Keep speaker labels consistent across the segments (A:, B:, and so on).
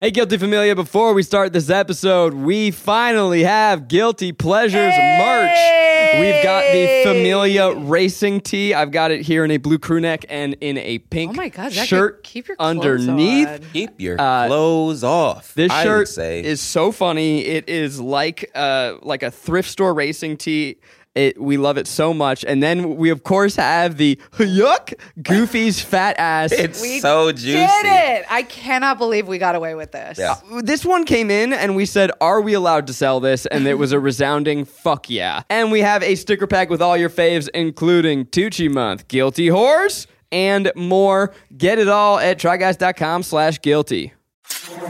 A: Hey, Guilty Familia, before we start this episode, we finally have Guilty Pleasures merch. We've got the Familia Racing tee. I've got it here in a blue crew neck and in a pink
B: Oh my God, Zach,
A: shirt
B: keep your clothes
A: underneath.
B: on.
C: Keep your clothes off.
A: Uh, This
C: I
A: shirt
C: would say.
A: is so funny. It is like uh like a thrift store racing tee. It, we love it so much. And then we of course have the yuck Goofy's fat ass.
C: it's
B: We
C: so juicy.
B: Did it? I cannot believe we got away with this.
C: Yeah.
A: this one came in and we said, Are we allowed to sell this? And it was a resounding fuck yeah. And we have a sticker pack with all your faves, including Tucci Month, Guilty Horse, and more. Get it all at tryguys.com slash guilty.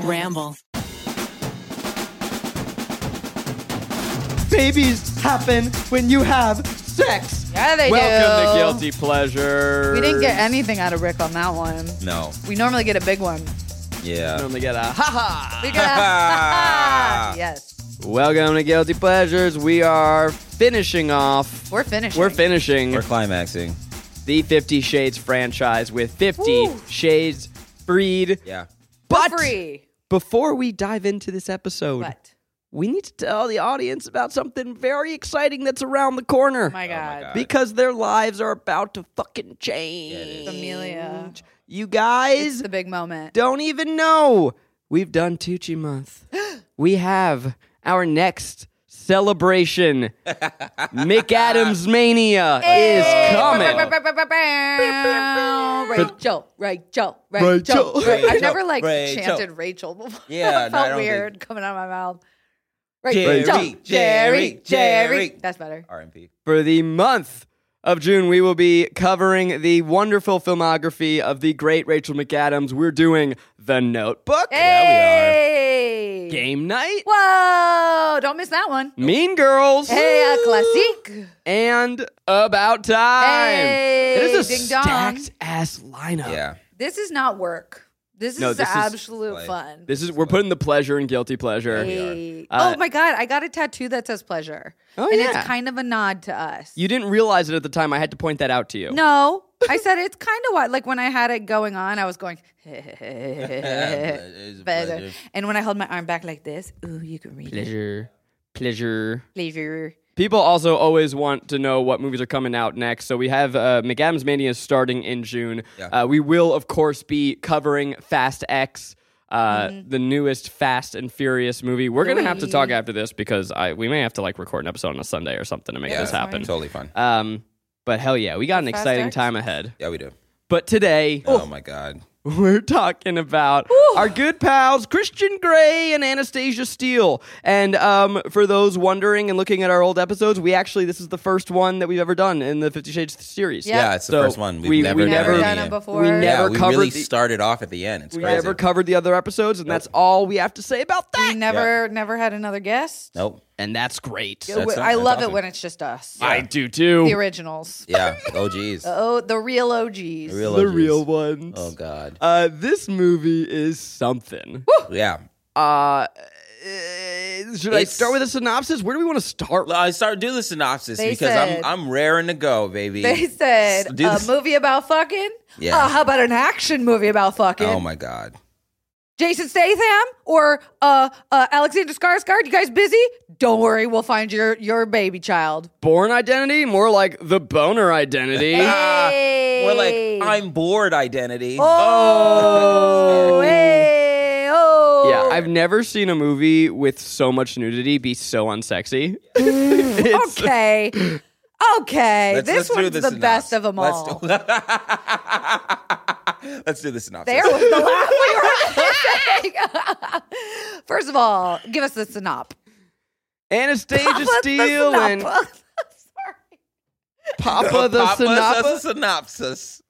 D: Ramble.
A: Babies happen when you have sex.
B: Yeah, they
A: Welcome
B: do.
A: to Guilty Pleasure.
B: We didn't get anything out of Rick on that one.
C: No.
B: We normally get a big one.
C: Yeah.
A: Only get a ha
B: We got yes.
A: Welcome to Guilty Pleasures. We are finishing off.
B: We're finished.
A: We're finishing.
C: We're climaxing.
A: the Fifty Shades franchise with Fifty
B: Woo.
A: Shades Freed.
C: Yeah.
A: But
B: free.
A: before we dive into this episode,
B: But
A: we need to tell the audience about something very exciting that's around the corner.
B: Oh
C: Oh
B: my God,
A: Because their lives are about to fucking change.
B: Amelia,
A: You guys
B: it's the big moment.
A: don't even know. We've done Tucci Month. we have our next celebration. Mick Adams Mania is coming.
B: Rachel, Rachel, Rachel.
A: Rachel.
B: Ra- I've never like
C: Rachel.
B: chanted Rachel before.
C: Yeah,
B: it
C: no, I
B: felt
C: don't
B: weird
C: think-
B: coming out of my mouth.
C: Jerry,
B: Rachel,
C: Jerry, Jerry.
B: That's better.
C: RMP.
A: for the month of June, we will be covering the wonderful filmography of the great Rachel McAdams. We're doing The Notebook,
B: Hey!
A: Game Night,
B: Whoa! Don't miss that one.
A: Mean Girls,
B: Hey, a classic.
A: and About Time.
B: Hey,
A: it is a
B: ding dong.
A: stacked ass lineup.
C: Yeah.
B: This is not work. This is
A: No, this is
B: absolute
C: like-
B: fun.
A: This is we're putting the pleasure and guilty pleasure.
B: Hey.
A: Uh,
B: oh my god! I got a tattoo that says pleasure,
A: Oh,
B: and
A: yeah.
B: it's kind of a nod to us.
A: You didn't realize it at the time. I had to point that out to you.
B: no, I said it's kind of what like when I had it going on, I was going.
C: It's a
B: Better.
C: pleasure.
B: And when I held my arm back like this, ooh, you can read it.
A: Pleasure. Pleasure.
B: Pleasure.
A: People also always want to know what movies are coming out next. So we have uh, McAdams Mania starting in June.
C: Yeah.
A: Uh, we will, of course, be covering Fast X, uh,
B: Mm-hmm.
A: the newest Fast and Furious movie. We're going to have to talk after this because I we may have to like record an episode on a Sunday or something to make
C: Yeah.
A: this happen.
C: Totally fine.
A: Um, but hell yeah, we got an
B: Fast
A: exciting
B: X?
A: time ahead.
C: Yeah, we do.
A: But today
C: Oh my God.
A: we're talking about our good pals Christian Grey and Anastasia Steele. And um, for those wondering and looking at our old episodes, we actually this is the first one that we've ever done in the Fifty Shades series.
B: Yeah.
C: Yeah, it's the
A: So
C: first one. We've
A: we-
C: never,
A: we
C: done
A: never-
C: it
B: done
C: yet.
B: it before.
A: We
C: Yeah,
A: never
C: we
A: covered
C: really
A: the-
C: started off at the end. It's
A: We
C: crazy.
A: never covered the other episodes, and that's all we have to say about that.
B: We never, never had another guest.
C: nope.
A: And that's great.
B: It w-
C: That's-
B: I
C: that's
B: love
C: awesome.
B: it when it's just us.
A: I do
B: The
A: too.
B: originals.
C: Yeah. Oh geez. The
B: Oh, the real OGs.
C: real.
A: The
C: OGs.
A: real ones.
C: Oh God.
A: Uh, this movie is something.
C: Yeah.
A: Uh, eh, should I
C: It's-
A: start with a synopsis? Where do we want to start?
C: Well, I started do the synopsis
B: They
C: because
B: said-
C: I'm I'm raring to go, baby.
B: They said
C: S- do
B: a
C: this-
B: movie about fucking.
C: Yeah.
B: Uh, how about an action movie about fucking?
C: Oh my God.
B: Jason Statham or uh, uh, Alexander Skarsgård? You guys busy? Don't worry, we'll find your your baby child.
A: Born identity? More like the boner identity.
B: Hey.
C: Ah, We're like I'm bored. Identity.
B: Oh, hey, oh.
A: Yeah, I've never seen a movie with so much nudity be so unsexy. It's-
B: okay. Okay,
C: Let's-
B: this
C: let's do
B: one's
C: the
B: the best
C: synopsis.
B: of them
C: Let's
B: all.
C: do- Let's do the synopsis.
B: There was the laugh we were missing. First of all, give us the synop.
A: Anastasia
B: What's the
A: Steele and
B: synop?
A: Papa the
C: Papa
A: Synopsis.
C: says a synopsis.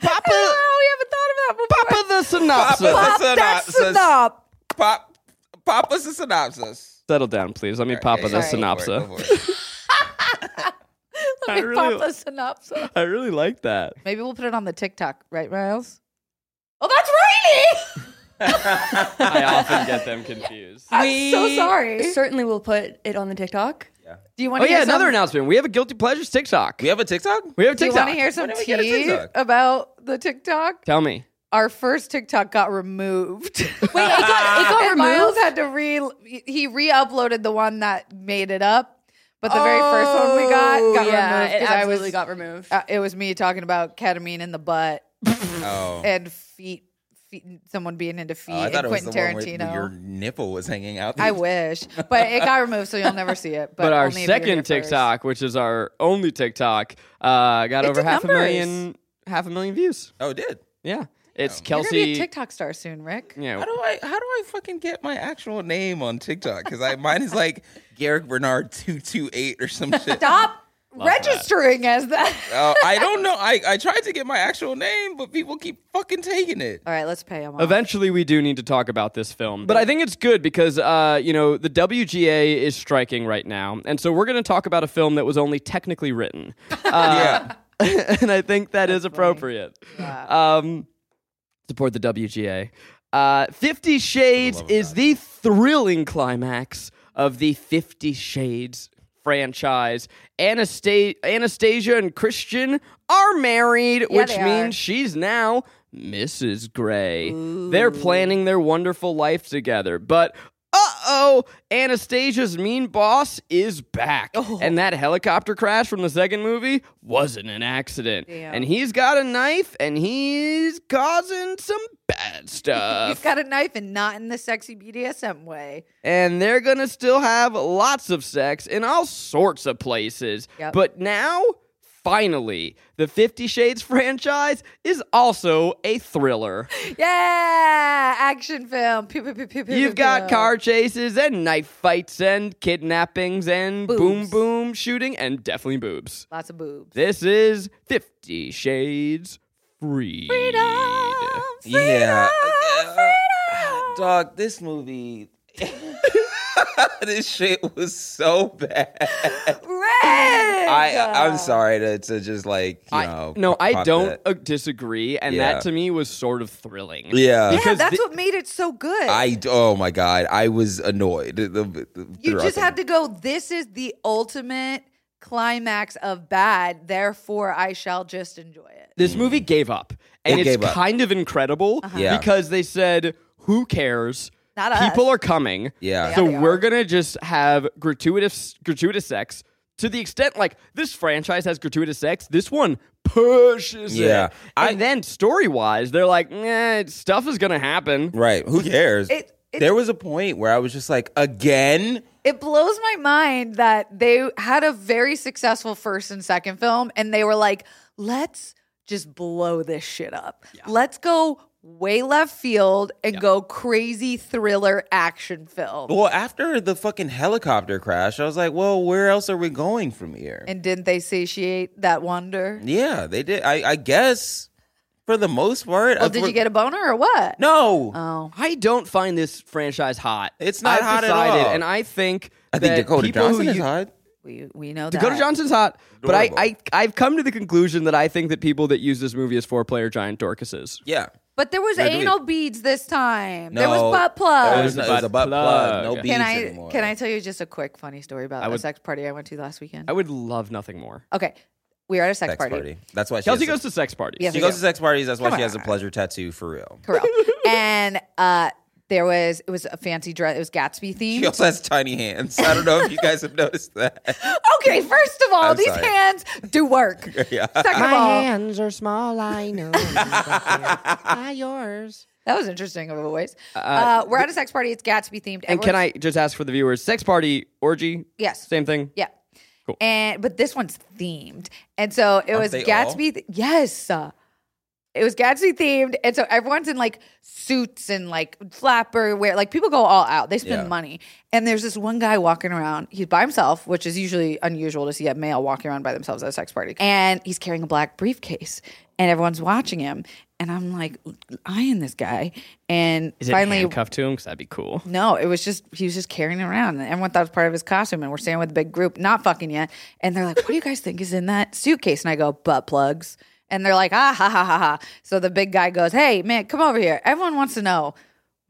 A: Papa,
B: Oh, we haven't thought of that before.
A: Papa the Synopsis.
C: Papa-
B: Pop that
C: Synopsis.
B: synop.
C: Pop, Papa's a synopsis.
A: Settle down, please. Let me Papa the
B: yeah,
C: Sorry.
A: Synopsis.
C: Go for it, go for it.
A: I
B: Let me
A: really-
B: pop a synopsis.
A: I really like that.
B: Maybe we'll put it on the TikTok, right, Miles? Oh, that's Rainy.
A: I often get them confused.
B: I'm so sorry.
E: Certainly, we'll put it on the TikTok.
B: Do you want
A: Oh
B: to
A: yeah,
B: hear
A: another
B: some,
A: announcement. We have a guilty pleasures TikTok.
C: We have a TikTok?
A: We have a
B: Do you
A: TikTok.
B: want to hear some
C: When did we get a
B: tea
C: TikTok?
B: about the TikTok?
A: Tell me.
B: our first TikTok got removed.
E: Wait, it got, it got
B: and Miles
E: removed.
B: had to re he re-uploaded the one that made it up, but the very first one we got
A: Oh,
B: got
E: yeah,
B: removed
E: it
B: because I
E: absolutely
B: was
E: got removed.
B: uh, it was me talking about ketamine in the butt
C: Oh.
B: and feet, feet someone being into feet
C: Oh, I
B: and
C: thought it was
B: Quentin
C: the one where
B: Tarantino.
C: your nipple was hanging out.
B: I wish, but it got removed, so you'll never see it. But,
A: But our
B: only if you were here
A: second
B: first.
A: TikTok, which is our only TikTok, uh, got
B: It
A: over
B: did
A: half a
B: numbers.
A: million, half a million views.
C: Oh, it did.
A: Yeah, it's
B: You're gonna be a
A: Kelsey.
B: TikTok star soon, Rick.
A: Yeah,
C: How do I how do I fucking get my actual name on TikTok? Because I mine is like Garrick Bernard two two eight or some shit.
B: Stop registering as that.
C: Uh, I don't know. I, I tried to get my actual name, but people keep fucking taking it.
B: All right, let's pay him off.
A: Eventually, we do need to talk about this film, but I think it's good because uh, you know the WGA is striking right now, and so we're going to talk about a film that was only technically written,
C: yeah.
A: and I think that is appropriate. Um, support the WGA. Uh, Fifty Shades is the thrilling climax of the Fifty Shades franchise. Anasta- Anastasia and Christian are married, which
B: they
A: means
B: are.
A: she's now Mrs. Gray. They're planning their wonderful life together, but. Uh oh, Anastasia's mean boss is back.
B: Oh.
A: And that helicopter crash from the second movie wasn't an accident.
B: Damn.
A: And he's got a knife and he's causing some bad stuff.
B: He's got a knife and not in the sexy BDSM way.
A: and they're gonna still have lots of sex in all sorts of places.
B: Yep.
A: But now, finally, the Fifty Shades franchise is also a thriller.
B: Yeah, action film. Pew, pew, pew, pew, pew,
A: You've
B: pew,
A: got
B: pew.
A: car chases and knife fights and kidnappings and boom
B: Boobs.
A: boom shooting and definitely boobs.
B: Lots of boobs.
A: This is Fifty Shades Freed.
C: Yeah. Dog, this movie. this shit was so bad. I I'm sorry to, to just like you
A: I,
C: know.
A: no, I
C: pop
A: don't
C: that.
A: uh, disagree, and
C: Yeah.
A: that to me was sort of thrilling.
B: Yeah,
C: Yeah.
A: Because
B: that's
A: thi-
B: what made it so good.
C: I oh my god, I was annoyed. The- the-
B: you
C: throughout
B: just
C: the-
B: had to go, this is the ultimate climax of bad, therefore I shall just enjoy it.
A: This movie gave up. And
C: Mm. It
A: it's
C: gave up.
A: kind of incredible
C: Yeah.
A: because they said, who cares?
B: Uh-huh. Not us.
A: People are coming.
C: Yeah.
A: So
B: Yeah, they
A: we're going to just have gratuitous gratuitous sex to the extent like this franchise has gratuitous sex. This one pushes
C: Yeah.
A: it. And
C: I-
A: then story-wise, they're like, nah, stuff is going to happen.
C: Right. Who cares?
B: It- it-
C: there was a point where I was just like, again.
B: It blows my mind that they had a very successful first and second film, and they were like, let's just blow this shit up. Let's go way left field and go crazy thriller action film.
C: Well, after the fucking helicopter crash, I was like, well, where else are we going from here?
B: And didn't they satiate that wonder?
C: yeah, they did. I, I guess for the most part.
B: Well, did you get a boner or what?
C: No.
B: Oh.
A: I don't find this franchise hot.
C: It's not
A: I've
C: hot at
A: decided,
C: all.
A: And I think
C: I think
A: that
C: Dakota
A: people who
C: Johnson is
A: you-
C: hot.
B: We, we know that.
A: Dakota Johnson's hot, but I,
C: Adorable.
A: I I've come to the conclusion that I think that people that use this movie as four player giant dorcases.
C: Yeah.
B: But there was
C: Wait, wait.
B: anal beads this time.
C: No.
B: there was butt
C: There
B: plugs.
C: was, no- it was a butt plug. No beads
B: Can I
C: anymore.
B: can I tell you just a quick funny story about
A: I
B: a
A: would-
B: sex party I went to last weekend?
A: I would love nothing more.
B: Okay. We are at a sex,
C: Sex party. That's why she
A: Kelsey
C: has
A: goes to sex parties.
B: Yes.
C: She goes to sex parties. That's why she has a pleasure tattoo for real.
B: Correct. and uh, there was it was a fancy dress. It was Gatsby themed.
C: She also has tiny hands. I don't know if you guys have noticed that.
B: Okay, first of all,
C: I'm
B: these
C: sorry.
B: hands do work.
C: Yeah.
B: Second of all,
D: hands are small, I know. Ah, yours.
B: that was interesting of a voice. Uh, we're at a sex party. It's Gatsby themed.
A: And can
B: Everyone's-
A: I just ask for the viewers? Sex party orgy.
B: Yes.
A: Same thing.
B: Yeah. And but this one's themed, and so it was
C: they
B: Gatsby. th- yes, uh, it was Gatsby themed, and so everyone's in like suits and like flapper wear. Like people go all out; they spend
C: Yeah.
B: money. And there's this one guy walking around. He's by himself, which is usually unusual to see a male walking around by themselves at a sex party. And he's carrying a black briefcase, and everyone's watching him. And I'm like eyeing this guy, and
A: Is it
B: finally
A: handcuffed to him? Because that'd be cool.
B: no, it was just he was just carrying it around, and everyone thought it was part of his costume. And we're standing with a big group, not fucking yet. And they're like, "What do you guys think is in that suitcase?" And I go, "Butt plugs." And they're like, "Ah ha ha ha ha." So the big guy goes, "Hey man, come over here. Everyone wants to know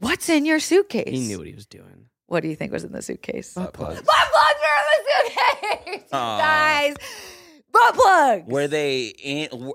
B: what's in your suitcase."
A: He knew what he was doing.
B: What do you think was in the suitcase? Butt
C: plugs.
B: Butt plugs were in the suitcase, guys. Butt plugs.
C: Were they in?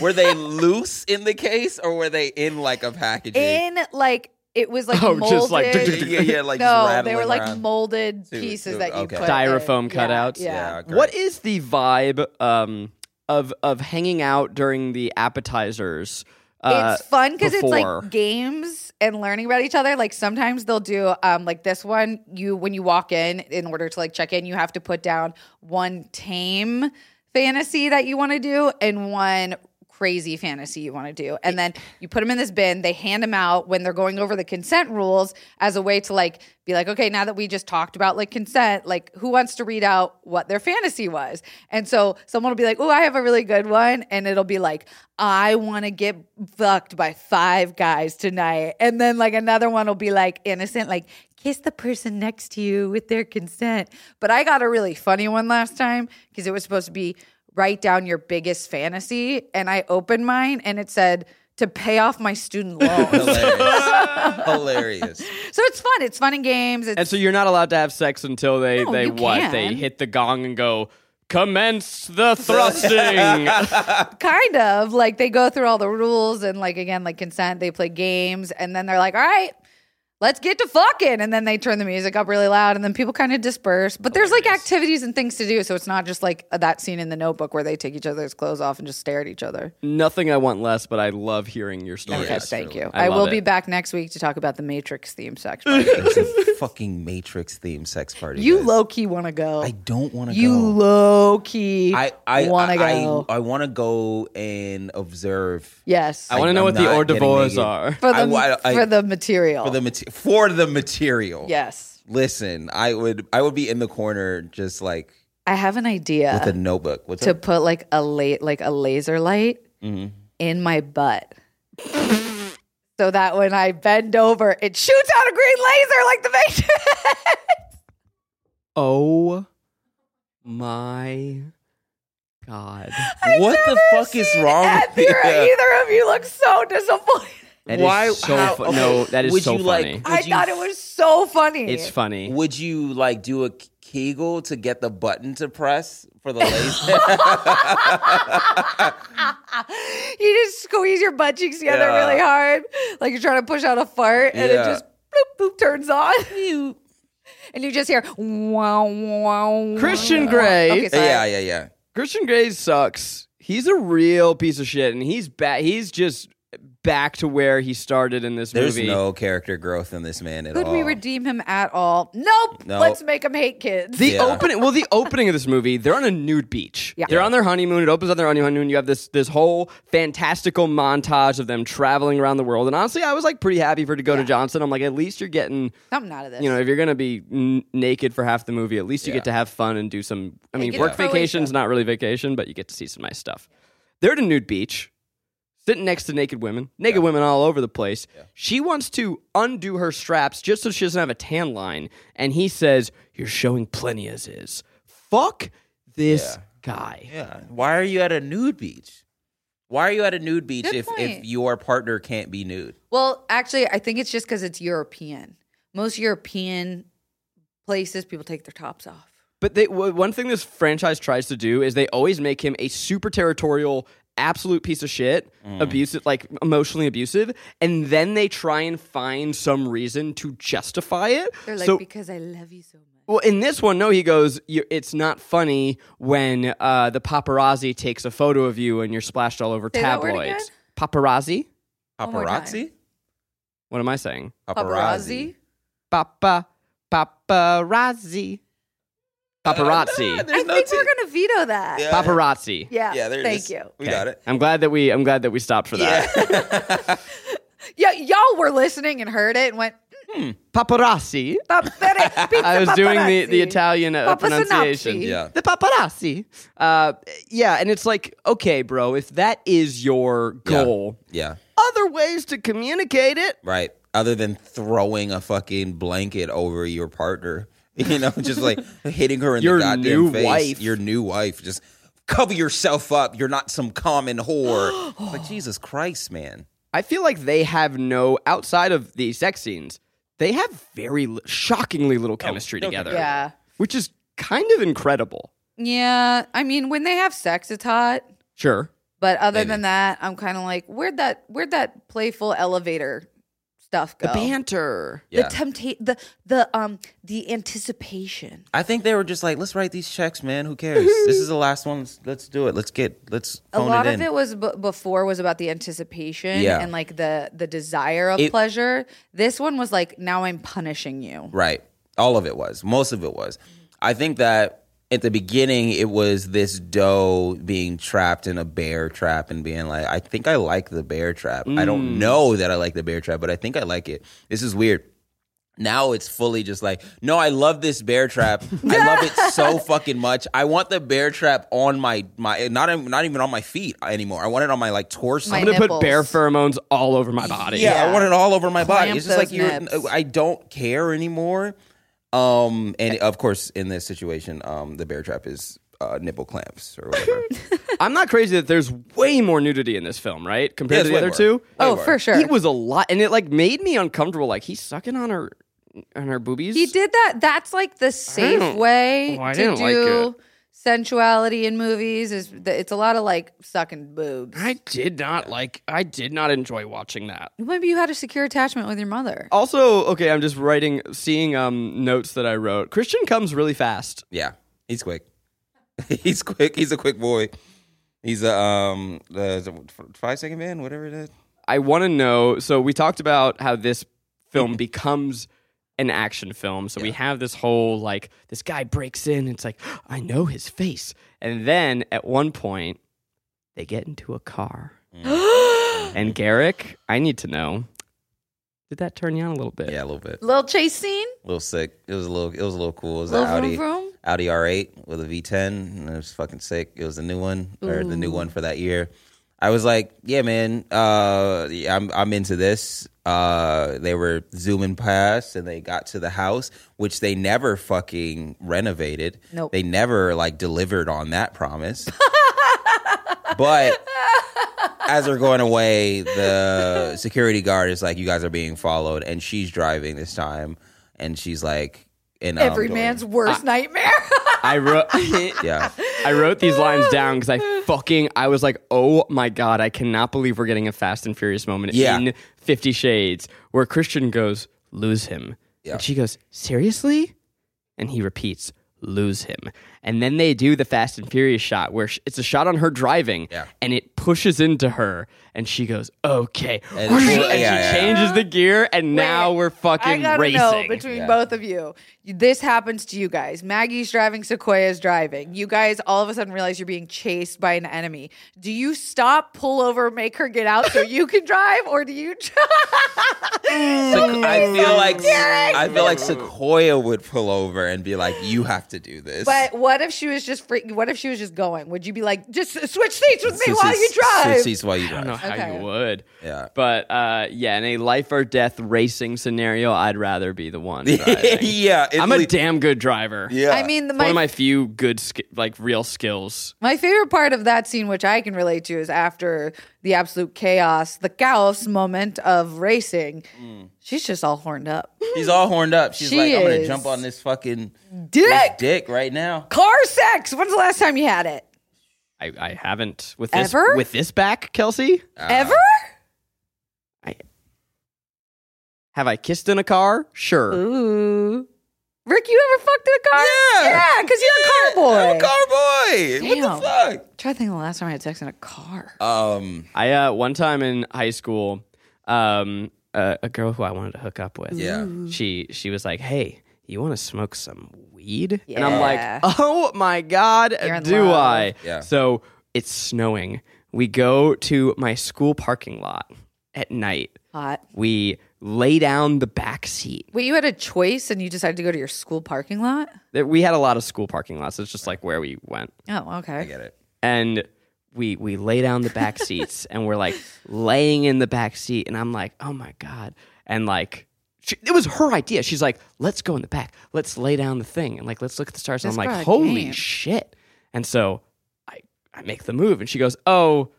C: Were they loose in the case or were they in like a packaging?
B: in like it was like
A: Oh,
B: molded.
A: just like-
C: yeah, yeah, yeah, like just
B: no, they
C: rattling
B: were like
C: around.
B: molded
C: Dude,
B: pieces
C: dude,
B: that you
C: okay.
B: put
A: Styrofoam
B: uh, yeah,
A: cutouts?
B: Yeah.
C: Yeah, okay.
A: What is the vibe um, of of hanging out during the appetizers? uh,
B: it's fun because it's
A: before?
B: like games and learning about each other. Like sometimes they'll do um like this one. You when you walk in, in order to like check in, you have to put down one tame fantasy that you want to do and one crazy fantasy you want to do, and then you put them in this bin. They hand them out when they're going over the consent rules as a way to like be like, okay, now that we just talked about like consent, like who wants to read out what their fantasy was? And so someone will be like, oh, I have a really good one. And it'll be like, I want to get fucked by five guys tonight. And then like another one will be like innocent, like kiss the person next to you with their consent. But I got a really funny one last time because it was supposed to be write down your biggest fantasy. And I opened mine and it said, to pay off my student loans.
C: Oh, Hilarious. Hilarious.
B: so it's fun. It's fun in games. It's
A: And so you're not allowed to have sex until they
B: No,
A: they
B: you
A: what?
B: can.
A: They hit the gong and go commence the thrusting.
B: kind of like they go through all the rules and like again like consent they play games and then they're like all right let's get to fucking and then they turn the music up really loud and then people kind of disperse but there's like activities and things to do so it's not just like that scene in the notebook where they take each other's clothes off and just stare at each other
A: Nothing I want less, but I love hearing your stories.
B: okay thank you
A: I
B: i, will
A: love
B: be
A: it.
B: back next week to talk about the matrix theme sex party.
C: It's a fucking Matrix theme sex party.
B: you
C: guys.
B: low-key want to go
C: I don't want to go.
B: you low-key
C: I I
B: want to
C: I- I-
B: go
C: I, want to go and observe
B: yes
A: I want to
C: I'm
A: know what the
C: not
A: hors
C: getting
A: d'oeuvres
C: naked.
A: are.
B: for
C: I-
B: the
C: I- I-
B: for the material
C: for the mate- for the material.
B: yes
C: Listen, I would I would be in the corner just like
B: i have an idea
C: with a notebook. What's
B: to
C: up? Mm-hmm.
B: put like a late like a laser light in my butt. so that when I bend over, it shoots out a green laser like the Matrix.
A: Oh my god!
C: What the fuck is wrong
B: and you're- either of you look so disappointed.
A: That is
C: Why-
A: so
C: how-
A: fu- no,
C: okay.
A: that is
C: Would
A: so
C: you, like-
A: funny.
B: I
C: you
B: thought it was so funny.
A: it's funny.
C: Would you like do a Kegel to get the button to press for the laser?
B: you just squeeze your butt cheeks together
C: Yeah.
B: really hard, like you're trying to push out a fart, and it
C: Yeah.
B: just bloop, bloop, turns on. and you just hear wow wow. wow.
A: Christian Grey.
B: Okay, sorry.
C: yeah, yeah, yeah.
A: Christian Grey sucks. He's a real piece of shit, and he's back. He's just back to where he started in this
C: There's
A: movie.
C: no character growth in this man at
B: Could
C: all.
B: we redeem him at all? Nope.
C: Oh. No.
B: Let's make him hate kids.
A: The
C: Yeah.
A: opening, well, the opening of this movie, they're on a nude beach.
B: Yeah.
A: They're on their honeymoon. It opens on their honeymoon. You have this this whole fantastical montage of them traveling around the world. And honestly, I was like pretty happy for Dakota Johnson. I'm like, at least you're getting,
B: Something out of this.
A: you know, if you're gonna be n- naked for half the movie, at least you
C: Yeah.
A: get to have fun and do some. I mean,
B: get
A: work
B: to Croatia.
A: vacation's not really vacation, but you get to see some nice stuff. They're at a nude beach, sitting next to naked women, naked women all over the place. She wants to undo her straps just so she doesn't have a tan line. And he says, You're showing plenty as is. Fuck this guy.
C: Yeah. Why are you at a nude beach? Why are you at a nude beach
B: Good
C: if,
B: point.
C: if your partner can't be nude?
B: well, actually, I think it's just because it's European. Most European places, people take their tops off.
A: But they, w- one thing this franchise tries to do is they always make him a super territorial, absolute piece of shit, abusive, like emotionally abusive, and then they try and find some reason to justify it.
B: They're like,
A: so,
B: because I love you so much.
A: well, in this one, no, he goes, "You- "It's not funny when uh, the paparazzi takes a photo of you and you're splashed all over
B: Say that word
A: tabloids." Paparazzi?
B: One more time.
C: Paparazzi?
A: What am I saying?
B: Paparazzi.
A: Papa, paparazzi, paparazzi,
C: There's
B: I
C: Uh, no
B: think
C: T.
B: we're gonna veto that. Yeah.
C: Yeah.
A: paparazzi.
C: there it
B: thank
C: is.
B: you.
C: We
A: Okay.
C: got it.
A: I'm glad that we I'm glad that we stopped for that.
B: Yeah, y'all were listening and heard it and went.
A: Paparazzi.
B: "Papare- pizza
A: I was doing the, the
B: paparazzi."
A: Italian uh,
B: Papa
A: pronunciation.
B: Sinopsi.
C: Yeah.
A: The paparazzi. Uh, yeah, and it's like, okay, bro, if that is your
C: Yeah.
A: goal,
C: Yeah.
A: other ways to communicate it.
C: Right. Other than throwing a fucking blanket over your partner, you know, just like hitting her in
A: Your
C: the goddamn
A: new
C: face.
A: wife.
C: Your new wife. Just cover yourself up. You're not some common whore. but Jesus Christ, man.
A: I feel like they have no outside of the sex scenes. They have very li- shockingly little chemistry together.
B: Yeah.
A: Which is kind of incredible.
B: Yeah. I mean, when they have sex, it's hot.
A: Sure.
B: But other than that, I'm kind of like, where'd that where'd that playful elevator stuff go?
D: The banter.
C: Yeah.
B: the tempta- the the um the anticipation.
C: I think they were just like, let's write these checks, man. Who cares? this is the last one. Let's, let's do it. Let's get let's
B: A
C: phone
B: lot
C: it
B: of
C: in.
B: it was b- before was about the anticipation
C: Yeah.
B: and like the the desire of
C: It-
B: pleasure. This one was like, now I'm punishing you.
C: Right. All of it was. Most of it was. I think that at the beginning it was this doe being trapped in a bear trap and being like, I think I like the bear trap. I don't know that I like the bear trap, but I think I like it. This is weird. Now it's fully just like, no, I love this bear trap. I love it so fucking much. I want the bear trap on my my not not even on my feet anymore. I want it on my like torso.
B: My
A: I'm gonna
B: nipples.
A: put bear pheromones all over my body.
C: Yeah, I want it all over my body.
B: Clamp
C: It's just like
B: those
C: you
B: nips.
C: I don't care anymore. Um, and of course, in this situation, um, the bear trap is uh, nipple clamps or whatever.
A: I'm not crazy that there's way more nudity in this film, right? Compared
C: Yeah,
A: to
C: it's
A: the
C: way
A: other
C: more.
A: two.
B: Oh, for sure.
A: It was a lot, and it like made me uncomfortable. Like he's sucking on her, on her boobies.
B: He did that. That's like the safe
A: don't-
B: way
A: Oh, I
B: to
A: didn't like
B: do
A: it.
B: sensuality in movies. Is th- it's a lot of like sucking boobs.
A: I did not like. I did not enjoy watching that.
B: Maybe you had a secure attachment with your
C: Oh,
B: mother.
A: Also, okay, I'm just writing, seeing um notes that I wrote. Christian comes really fast.
C: yeah, he's quick. he's quick. He's a quick boy. He's a um uh, five second man, whatever it is.
A: I want to know. So we talked about how this film becomes an action film. So we have this whole like this guy breaks in. It's like I know his face, and then at one point they get into a car. and Garrick, I need to know. Did that turn you on a little bit?
C: Yeah, a little bit, a
B: Little chase scene.
C: little sick. It was a little. It was a little cool. It was an
B: Little
C: Audi
B: vroom vroom.
C: Audi R8 with a V10, and it was fucking sick. It was the new one or the new one for that year. I was like, yeah, man, uh, yeah, I'm I'm into this. Uh, they were zooming past, and they got to the house, which they never fucking renovated.
B: Nope.
C: they never like delivered on that promise. but as they're going away, the security guard is like, "You guys are being followed," and she's driving this time, and she's like, and, um,
B: Every man's worst nightmare.
A: I wrote.
C: yeah."
A: I wrote these lines down because I fucking I was like, oh my god, I cannot believe we're getting a Fast and Furious moment
C: Yeah.
A: in Fifty Shades where Christian goes, lose him,
C: Yeah.
A: and she goes, seriously, and he repeats, lose him, and then they do the Fast and Furious shot where sh- it's a shot on her driving,
C: Yeah.
A: and it pushes into her, and she goes, okay,
C: And
A: and,
C: she-
A: she,
C: yeah, yeah.
A: changes the gear, and now we're
B: I
A: fucking
B: gotta
A: racing.
B: know between
C: Yeah.
B: both of you. you- This happens to you guys. Maggie's driving, Sequoia's driving. You guys all of a sudden realize you're being chased by an enemy. Do you stop, pull over, make her get out so you can drive, or do you?
C: I feel like
B: Derek!
C: I feel like Sequoia would pull over and be like, "You have to do this."
B: But what if she was just freak? What if she was just going? Would you be like, just switch seats with me
C: Switch
B: while you
C: seats-
B: drive?
C: switch seats while you
A: I
C: drive.
A: don't know how
B: Okay.
A: you would.
C: Yeah.
A: But uh, yeah, in a life or death racing scenario, I'd rather be the one. driving.
C: yeah, it's
A: I'm a
C: le-
A: damn good driver.
C: Yeah.
B: I mean, the,
A: It's one
B: my
A: of my few good, sk- like real skills.
B: My favorite part of that scene, which I can relate to, is after the absolute chaos, the chaos moment of racing.
C: Mm.
B: She's just all horned up.
C: she's all horned up. She's
B: She
C: like, "I'm gonna
B: is-
C: jump on this fucking this
B: Dick,
C: dick right now."
B: car sex. When's the last time you had it?
A: I, I haven't with this
B: Ever?
A: with this back, Kelsey.
B: Ever?
A: Have I kissed in a car? Sure.
B: Ooh. Rick, you ever fucked in a car? Yeah, because you're a car boy.
C: I'm a car boy. What
B: Damn.
C: the fuck?
B: Try to think of the last time I had sex in a car.
C: Um,
A: I uh, one time in high school, um, uh, a girl who I wanted to hook up with.
C: yeah,
A: She she was like, "Hey, you want to smoke some weed?" And I'm
B: Yeah.
A: like, "Oh my god,
B: You're in
A: do
B: love.
A: I?"
C: Yeah.
A: So it's snowing. We go to my school parking lot at night.
B: Hot.
A: We lay down the back seat.
B: Wait, you had a choice and you decided to go to your school parking lot?
A: There- We had a lot of school parking lots. It's just like where we went.
B: Oh, okay.
C: I get it.
A: and we we lay down the back seats and we're like laying in the back seat and I'm like, "Oh my god." And like she, it was her idea. She's like, "Let's go in the back. Let's lay down the thing and like let's look at the stars." And I'm
B: That's
A: like,
B: probably a
A: "Holy
B: game."
A: shit." And so I I make the move and she goes, "Oh,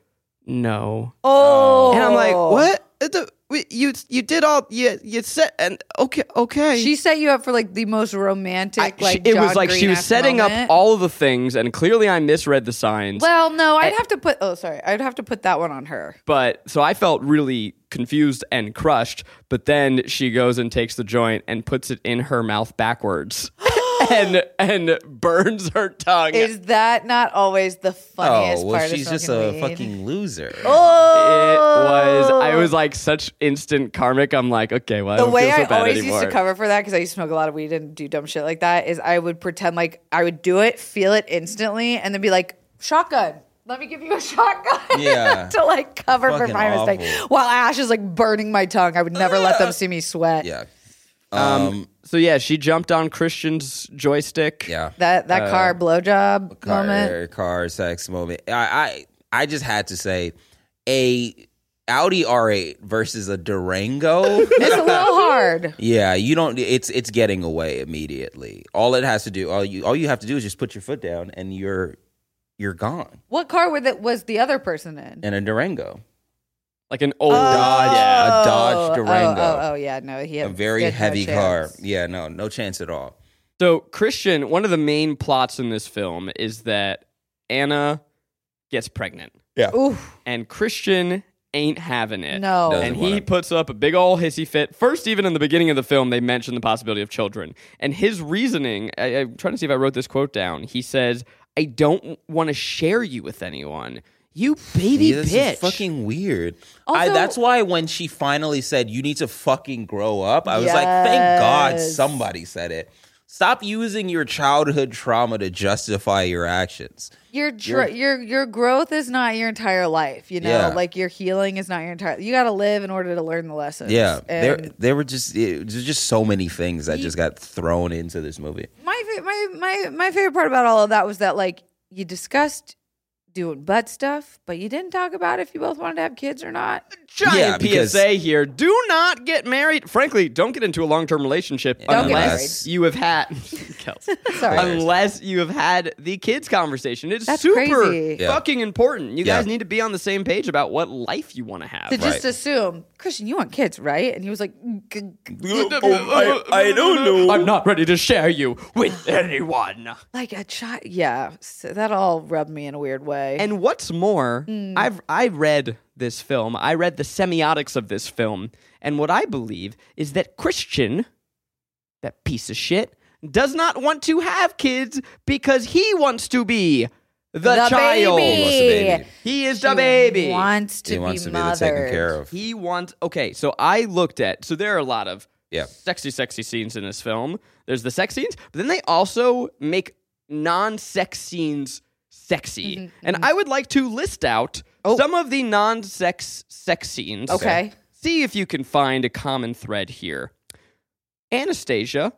A: no."
B: Oh.
A: And I'm like, "What? It- the- we- you you did all you you said and okay okay.
B: She set you up for like the most
A: I-
B: romantic,
A: she-
B: like
A: it was
B: John
A: like she was
B: Green-esque
A: setting up
B: moment.
A: all of the things, and clearly I misread the signs.
B: Well, no, I'd have to put. Oh, sorry, I'd have to put that one on her.
A: but so I felt really confused and crushed. But then she goes and takes the joint and puts it in her mouth backwards, and and burns her tongue.
B: Is that not always the funniest
C: Oh, well,
B: part?
C: she's
B: of
C: just a
B: smoking weed?
C: fucking loser.
B: Oh.
A: it was I was like such instant karmic. I'm like, okay, well, I
B: The
A: don't
B: way
A: feel so
B: I
A: bad
B: always
A: anymore.
B: used to cover for that because I used to smoke a lot of weed and do dumb shit like that is I would pretend like I would do it, feel it instantly, and then be like, shotgun. Let me give you a shotgun.
C: Yeah.
B: to like cover for
C: Fucking
B: my
C: awful.
B: mistake. While Ash is like burning my tongue. I would never let them see me sweat.
C: yeah. Um,
A: so yeah, she jumped on Christian's joystick.
C: yeah.
B: That that car blowjob
C: Uh, car, uh,
B: moment.
C: car sex moment. I, I I just had to say a Audi R8 versus a Durango.
B: It's a little hard.
C: yeah, you don't. It's it's getting away immediately. All it has to do, all you all you have to do is just put your foot down, and you're you're gone.
B: What car were that was the other person in?
C: And a Durango,
A: like an old
C: Oh, Dodge, a Dodge Durango,
B: Oh, oh, oh, yeah, no, he had
C: a very
B: he had no
C: heavy car.
B: chance.
C: Yeah, no, no chance at all.
A: So, Christian, one of the main plots in this film is that Anna gets pregnant
B: Oof,
A: and Christian ain't having it.
B: no.
C: Doesn't
A: And
C: wanna.
A: he puts up a big old hissy fit. First, even in the beginning of the film, they mention the possibility of children. And his reasoning I, I'm trying to see if I wrote this quote down. He says, I don't want to share you with anyone. You baby
C: Yeah, this
A: bitch.
C: is fucking weird. I,
B: Also-
C: that's why when she finally said, "You need to fucking grow up," I was like, "Thank God
B: Yes.
C: somebody said it." Stop using your childhood trauma to justify your actions.
B: your tr- your your growth is not your entire life you know
C: Yeah.
B: like your healing is not your entire you got to live in order to learn the lessons
C: Yeah, there
B: and
C: there were just it, there's just so many things that just got thrown into this movie.
B: my, fa- my my my favorite part about all of that was that like you discussed doing butt stuff but you didn't talk about if you both wanted to have kids or not
C: Yeah,
A: Giant
C: because-
A: PSA here. Do not get married. Frankly, don't get into a long term relationship
B: Don't get
A: unless you have had Kels.
B: Sorry.
A: unless you have had the kids conversation. It's
B: That's
A: super
B: crazy.
C: Yeah.
A: fucking important. You
C: Yeah.
A: guys need to be on the same page about what life you want to have.
B: to just
C: Right.
B: assume christian you want kids right and he was like "G- g-
C: I, I don't know.
A: I'm not ready to share you with anyone.
B: like a child yeah so that all rubbed me in a weird way
A: And what's more,
B: Hmm.
A: I've I read this film. I read the semiotics of this film, and what I believe is that Christian, that piece of shit, does not want to have kids because he wants to be the,
B: the
A: child.
B: baby.
C: baby.
A: He is the baby.
B: wants to
C: He
B: be
C: wants to be the
B: mothered.
C: taken care of.
A: He wants. Okay, so I looked at. So there are a lot of
C: Yeah.
A: sexy, sexy scenes in this film. There's the sex scenes, but then they also make non-sex scenes sexy.
B: Mm-hmm,
A: And I would like to list out some of the non-sex sex scenes.
B: Oh. Okay.
A: See if you can find a common thread here. Anastasia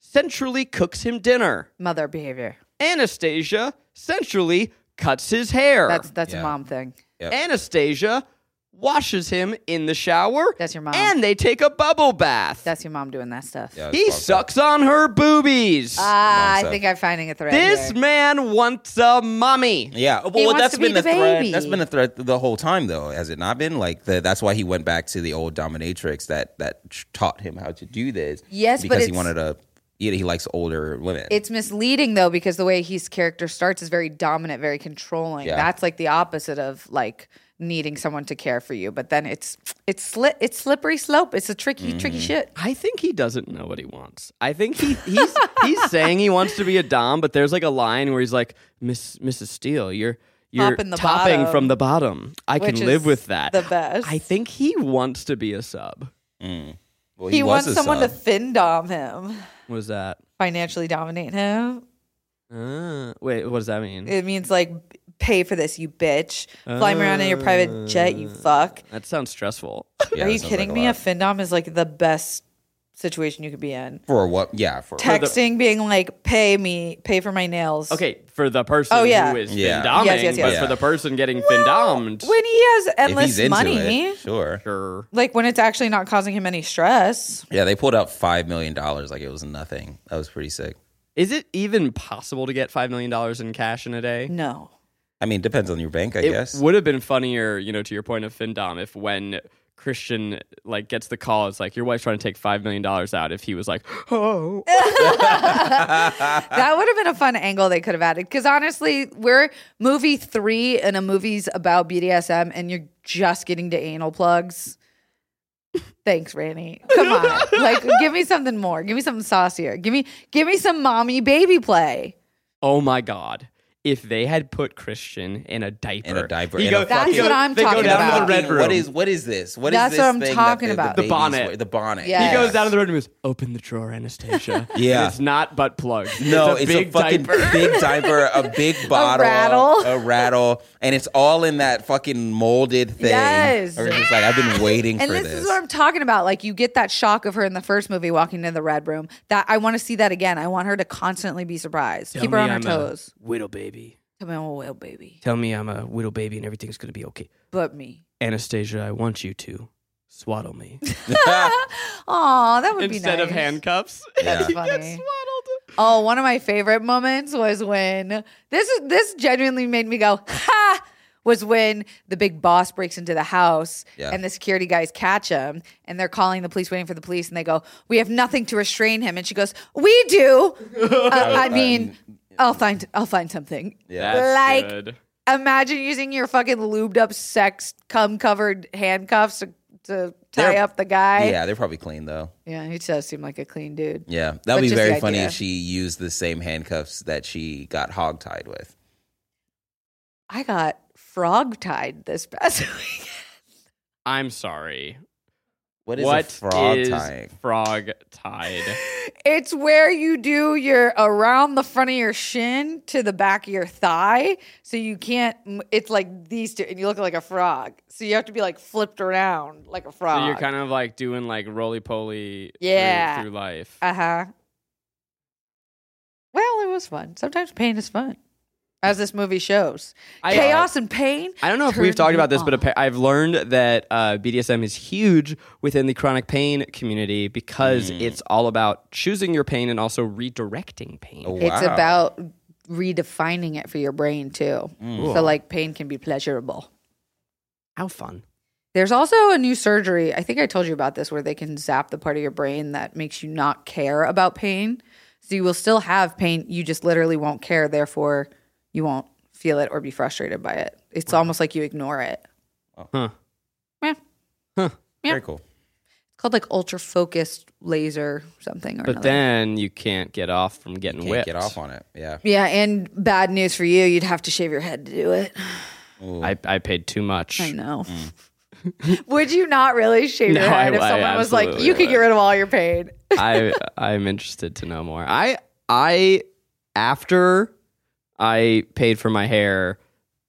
A: centrally cooks him dinner.
B: Mother behavior.
A: Anastasia centrally cuts his hair.
B: That's that's a
C: Yeah.
B: mom thing.
C: Yep.
A: Anastasia washes him in the shower.
B: That's your mom.
A: And they take a bubble bath.
B: That's your mom doing that stuff.
C: Yeah, it's
A: he
C: fucked up.
A: sucks on her boobies.
B: Ah, I
C: stuff.
B: think I'm finding a thread.
A: this
B: here.
A: man wants a mommy.
C: Yeah, oh, well,
B: wants
C: that's
B: to be
C: been
B: the
C: a threat.
B: baby.
C: That's been a threat the whole time, though, has it not been? Like the, that's why he went back to the old dominatrix that that ch- taught him how to do this.
B: Yes, but
C: because he
B: it's-
C: wanted a. Yeah, he likes older women.
B: it's misleading though because the way his character starts is very dominant, very controlling.
C: Yeah.
B: That's like the opposite of like needing someone to care for you. But then it's it's sli- it's slippery slope. It's a tricky tricky
C: Mm-hmm.
B: shit.
A: I think he doesn't know what he wants. I think he he's he's saying he wants to be a dom, but there's like a line where he's like, "Miss Mrs. Steele, you're you're
B: Topping the
A: topping
B: bottom."
A: from the bottom. I can
B: Which
A: live
B: is
A: with that."
B: the best.
A: I think he wants to be a sub.
C: Well,
B: He, wants
C: was a
B: someone to
C: sub.
B: thin dom him,
A: What is that?
B: financially dominate him.
A: Uh, wait, what does that mean?
B: It means like pay for this, you bitch. Fly me around in your private jet,
C: Uh,
B: you fuck.
A: that sounds stressful.
C: Yeah,
B: Are
C: that
B: you
C: sounds
B: kidding
C: like a
B: me? A
C: lot.
B: findom is like the best situation you could be in.
C: for what? Yeah, for
B: Texting, being like, "Pay me, pay for my nails."
A: Okay, for the person
B: Oh, yeah.
A: who is
C: Yeah.
A: findomming,
B: Yes, yes,
A: but
B: yes.
A: for the person getting findommed,
B: When he has
C: if he's
B: endless
C: into
B: money,
C: it, sure.
A: sure.
B: like when it's actually not causing him any stress.
C: Yeah, they pulled out five million dollars like it was nothing. That was pretty sick.
A: Is it even possible to get five million dollars in cash in a day?
B: No.
C: I mean, depends on your bank, I
A: It
C: guess.
A: would have been funnier, you know, to your point of Findom, if when Christian like gets the call. It's like your wife's trying to take five million dollars out. If he was like, oh,
B: that would have been a fun angle they could have added. Because honestly, we're movie three and a movie's about BDSM, and you're just getting to anal plugs. Thanks, Randy. Come on, like give me something more. Give me something saucier. Give me give me some mommy baby play.
A: oh my god. If they had put Christian in a diaper,
C: diaper,
A: he
C: in a
A: go-
C: That's
A: he go-
B: what I'm
A: they
B: talking
A: go down to
B: about.
A: the red room.
C: What is what is this? What is
B: That's
C: this
B: what I'm
C: thing
B: talking
C: that
B: about.
A: The
C: babies
A: bonnet.
C: wear- The bonnet.
B: Yes.
A: He goes down to the red room and goes, open the drawer, Anastasia.
C: Yeah.
A: And it's not butt plugs.
C: No,
A: it's a,
C: it's
A: big
C: a fucking
A: diaper.
C: big diaper, a big bottle,
B: rattle.
C: a rattle, and it's all in that fucking molded thing.
B: Yes.
C: Or it's just like I've been waiting
B: And
C: for
B: this,
C: this.
B: is what I'm talking about. Like you get that shock of her in the first movie walking into the red room. That I want to see that again. I want her to constantly be surprised. Keep her on her toes.
A: widow baby.
B: Tell me I'm a whale baby.
A: Tell me I'm a widow baby and everything's going to be okay.
B: But me.
A: Anastasia, I want you to swaddle me.
B: Aw, that would be
A: Instead
B: nice.
A: of handcuffs.
C: That's
A: he
B: funny.
A: gets swaddled.
B: Oh, one of my favorite moments was when this is this genuinely made me go ha. Was when the big boss breaks into the house
C: Yeah.
B: and the security guys catch him and they're calling the police, waiting for the police, and they go, "We have nothing to restrain him," and she goes, "We do." Uh, I mean, I'll find I'll find something.
C: Yeah.
B: like
A: That's good.
B: imagine using your fucking lubed up sex cum covered handcuffs to, to tie
C: They're-
B: up the guy.
C: yeah, they're probably clean though.
B: yeah, he does seem like a clean dude.
C: Yeah, that
B: But
C: would be
B: just the
C: very funny
B: idea.
C: if she used the same handcuffs that she got hogtied with.
B: I got frog tied this past week.
A: I'm sorry.
C: What is
A: What
C: a frog
A: is
C: tying?
A: frog tied?
B: It's where you do your around the front of your shin to the back of your thigh. So you can't, m- it's like these two, and you look like a frog. So you have to be like flipped around like a frog.
A: So you're kind of like doing like roly poly
B: Yeah.
A: through, through life.
B: Uh huh. Well, it was fun. Sometimes pain is fun, as this movie shows.
A: I-
B: Chaos and pain.
A: I don't know if
B: turn
A: we've talked
B: me
A: about this, but
B: on.
A: appa- I've learned that uh, BDSM is huge within the chronic pain community because
C: Mm.
A: it's all about choosing your pain and also redirecting pain.
C: Oh,
B: it's
C: wow.
B: about redefining it for your brain too.
C: Hmm,
B: So like pain can be pleasurable.
A: How fun.
B: There's also a new surgery. I think I told you about this where they can zap the part of your brain that makes you not care about pain. So you will still have pain, you just literally won't care, therefore you won't feel it or be frustrated by it. It's almost like you ignore it.
A: Huh.
B: Yeah.
C: very cool.
B: It's called like ultra focused laser something or
A: But
B: another.
A: then you can't get off from getting
C: Can't
A: whipped.
C: get off on it. Yeah.
B: yeah, and bad news for you, you'd have to shave your head to do it.
A: I, I paid too much.
B: I know. would you not really shave
A: No,
B: your head
A: I-
B: if
A: I
B: someone was like,
A: absolutely
B: you could get
A: would.
B: rid of all your pain?
A: I I'm interested to know more. I I after I paid for my hair,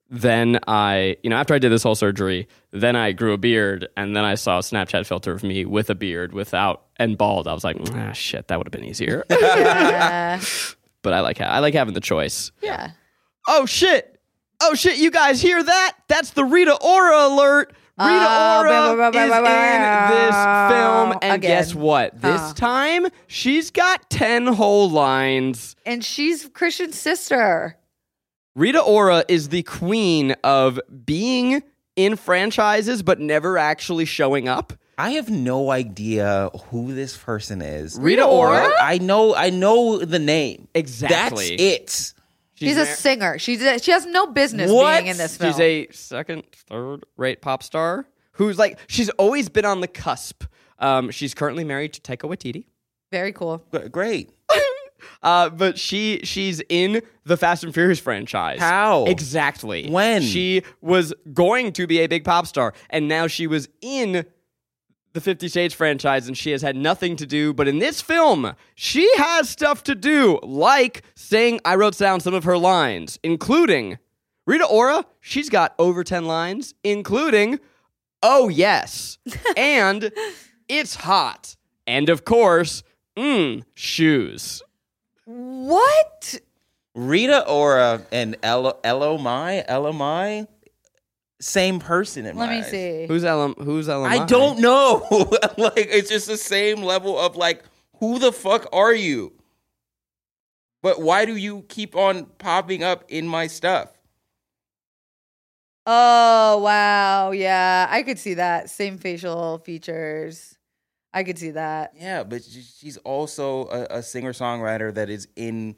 A: then I you know after I did this whole surgery, then I grew a beard, and then I saw a Snapchat filter of me with a beard without and bald. I was like, ah, shit, that would have been easier.
B: yeah.
A: but I like ha- I like having the choice.
B: yeah.
A: Oh shit! Oh shit! You guys hear that? That's the Rita Ora alert. Rita
B: Oh,
A: Ora
B: blah, blah, blah,
A: is
B: blah,
A: in this
B: blah.
A: film, and
B: Again.
A: guess what? This time she's got ten whole lines.
B: And she's Christian's sister.
A: Rita Ora is the queen of being in franchises but never actually showing up.
C: I have no idea who this person is.
A: Rita Ora?
C: I know I know the name.
A: Exactly.
C: That's it.
B: She's, a singer. She's a, she has no business
C: What?
B: being in this film.
A: She's a second, third rate pop star who's like she's always been on the cusp. Um, she's currently married to Taika Waititi.
B: Very cool.
C: G- Great.
A: Uh, but she she's in the Fast and Furious franchise.
C: How?
A: Exactly.
C: When?
A: She was going to be a big pop star, and now she was in the Fifty Shades franchise, and she has had nothing to do. But in this film, she has stuff to do, like saying I wrote down some of her lines, including Rita Ora. She's got over ten lines, including Oh yes, and it's hot, and of course, mm, shoes.
B: What?
C: Rita Ora and L- LMI, LMI, same person in
B: Let
C: my
B: me
C: eyes.
B: see.
A: Who's LM? Who's LMI?
C: I don't know. like it's just the same level of like, who the fuck are you? But why do you keep on popping up in my stuff?
B: Oh wow, yeah, I could see that. Same facial features. I could see that.
C: Yeah, but she- she's also a, a singer songwriter that is in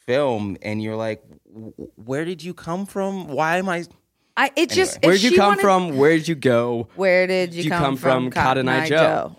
C: film, and you're like, "W- where did you come from? Why am I?
B: I it just if
A: Where'd you
B: she
A: come
B: wanted-
A: from? Where'd you go?
B: Where did you,
A: You
B: come,
A: come
B: from?
A: from Cotton Eye Joe.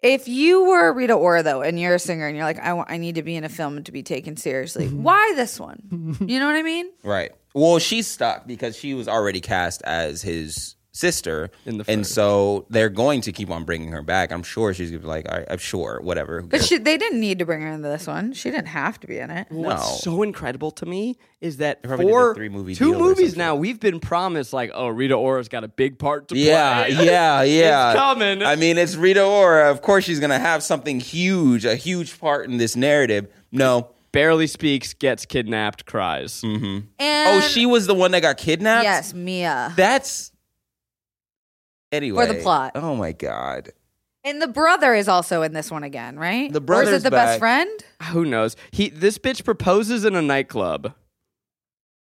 B: If you were Rita Ora though, and you're a singer, and you're like, I want, I need to be in a film to be taken seriously. Why this one? You know what I mean?
C: Right. Well, she's stuck because she was already cast as his sister,
A: In the
C: and
A: first.
C: so they're going to keep on bringing her back. I'm sure she's gonna be like, All right, I'm sure, whatever. who
B: But
C: cares?"
B: she, they didn't need to bring her into this one. She didn't have to be in it.
C: No.
A: What's so incredible to me is that
C: probably did a
A: for
C: three-movie
A: two
C: deal or
A: movies
C: something.
A: now, we've been promised like, oh, Rita Ora's got a big part to
C: yeah,
A: play.
C: yeah, yeah.
A: coming.
C: I mean, it's Rita Ora. Of course, she's gonna have something huge, a huge part in this narrative. No.
A: Barely speaks, gets kidnapped, cries.
B: And
C: Oh, she was the one that got kidnapped.
B: yes, Mia.
C: That's anyway
B: plot.
C: Oh my god,
B: and the brother is also in this one again, right? Or
C: The
B: is
C: brother's
B: it the best
C: back.
B: friend?
A: Ah, Who knows? He this bitch proposes in a nightclub.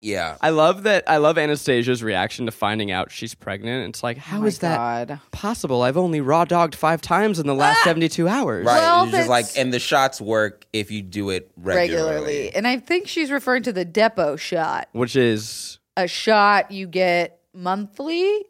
C: yeah.
A: I love that. I love Anastasia's reaction to finding out she's pregnant. It's like, how is that
B: God.
A: possible? I've only raw dogged five times in the last seventy two hours.
C: Right,
B: Well,
C: it's just like,
B: that's-
C: and the shots work if you do it regularly.
B: Regularly. And I think she's referring to the depot shot,
A: Which is
B: a shot you get monthly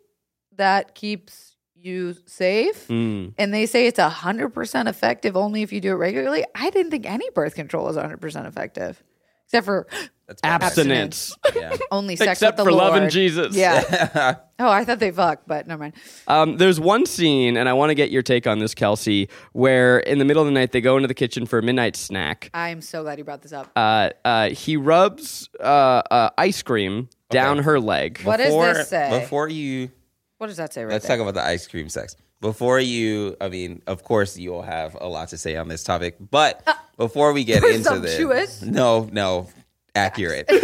B: that keeps you safe.
A: mm,
B: And they say it's 100% effective only if you do it regularly. I didn't think any birth control was 100% effective, except for
C: That's my
A: abstinence.
C: bad.
B: only sex
A: Except
B: with
A: for
B: the Lord.
A: loving Jesus.
B: Yeah.
C: Yeah.
B: Oh, I thought they fucked, but never mind.
A: Um, there's one scene, and I want to get your take on this, Kelsey, where in the middle of the night they go into the kitchen for a midnight snack.
B: I'm so glad you brought this up.
A: Uh, uh, he rubs uh, uh, ice cream down her leg.
B: What does
C: before,
B: this say?
C: Before you,
B: what does that say right
C: let's
B: there?
C: talk about the ice cream sex. Before you, I mean, of course, you'll have a lot to say on this topic, but before we get into
B: Uh, presumptuous.
C: this, no, no, accurate. um,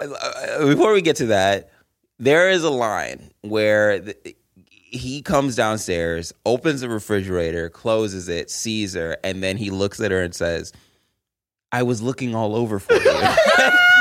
C: uh, before we get to that, there is a line where the, he comes downstairs, opens the refrigerator, closes it, sees her, and then he looks at her and says, I was looking all over for you.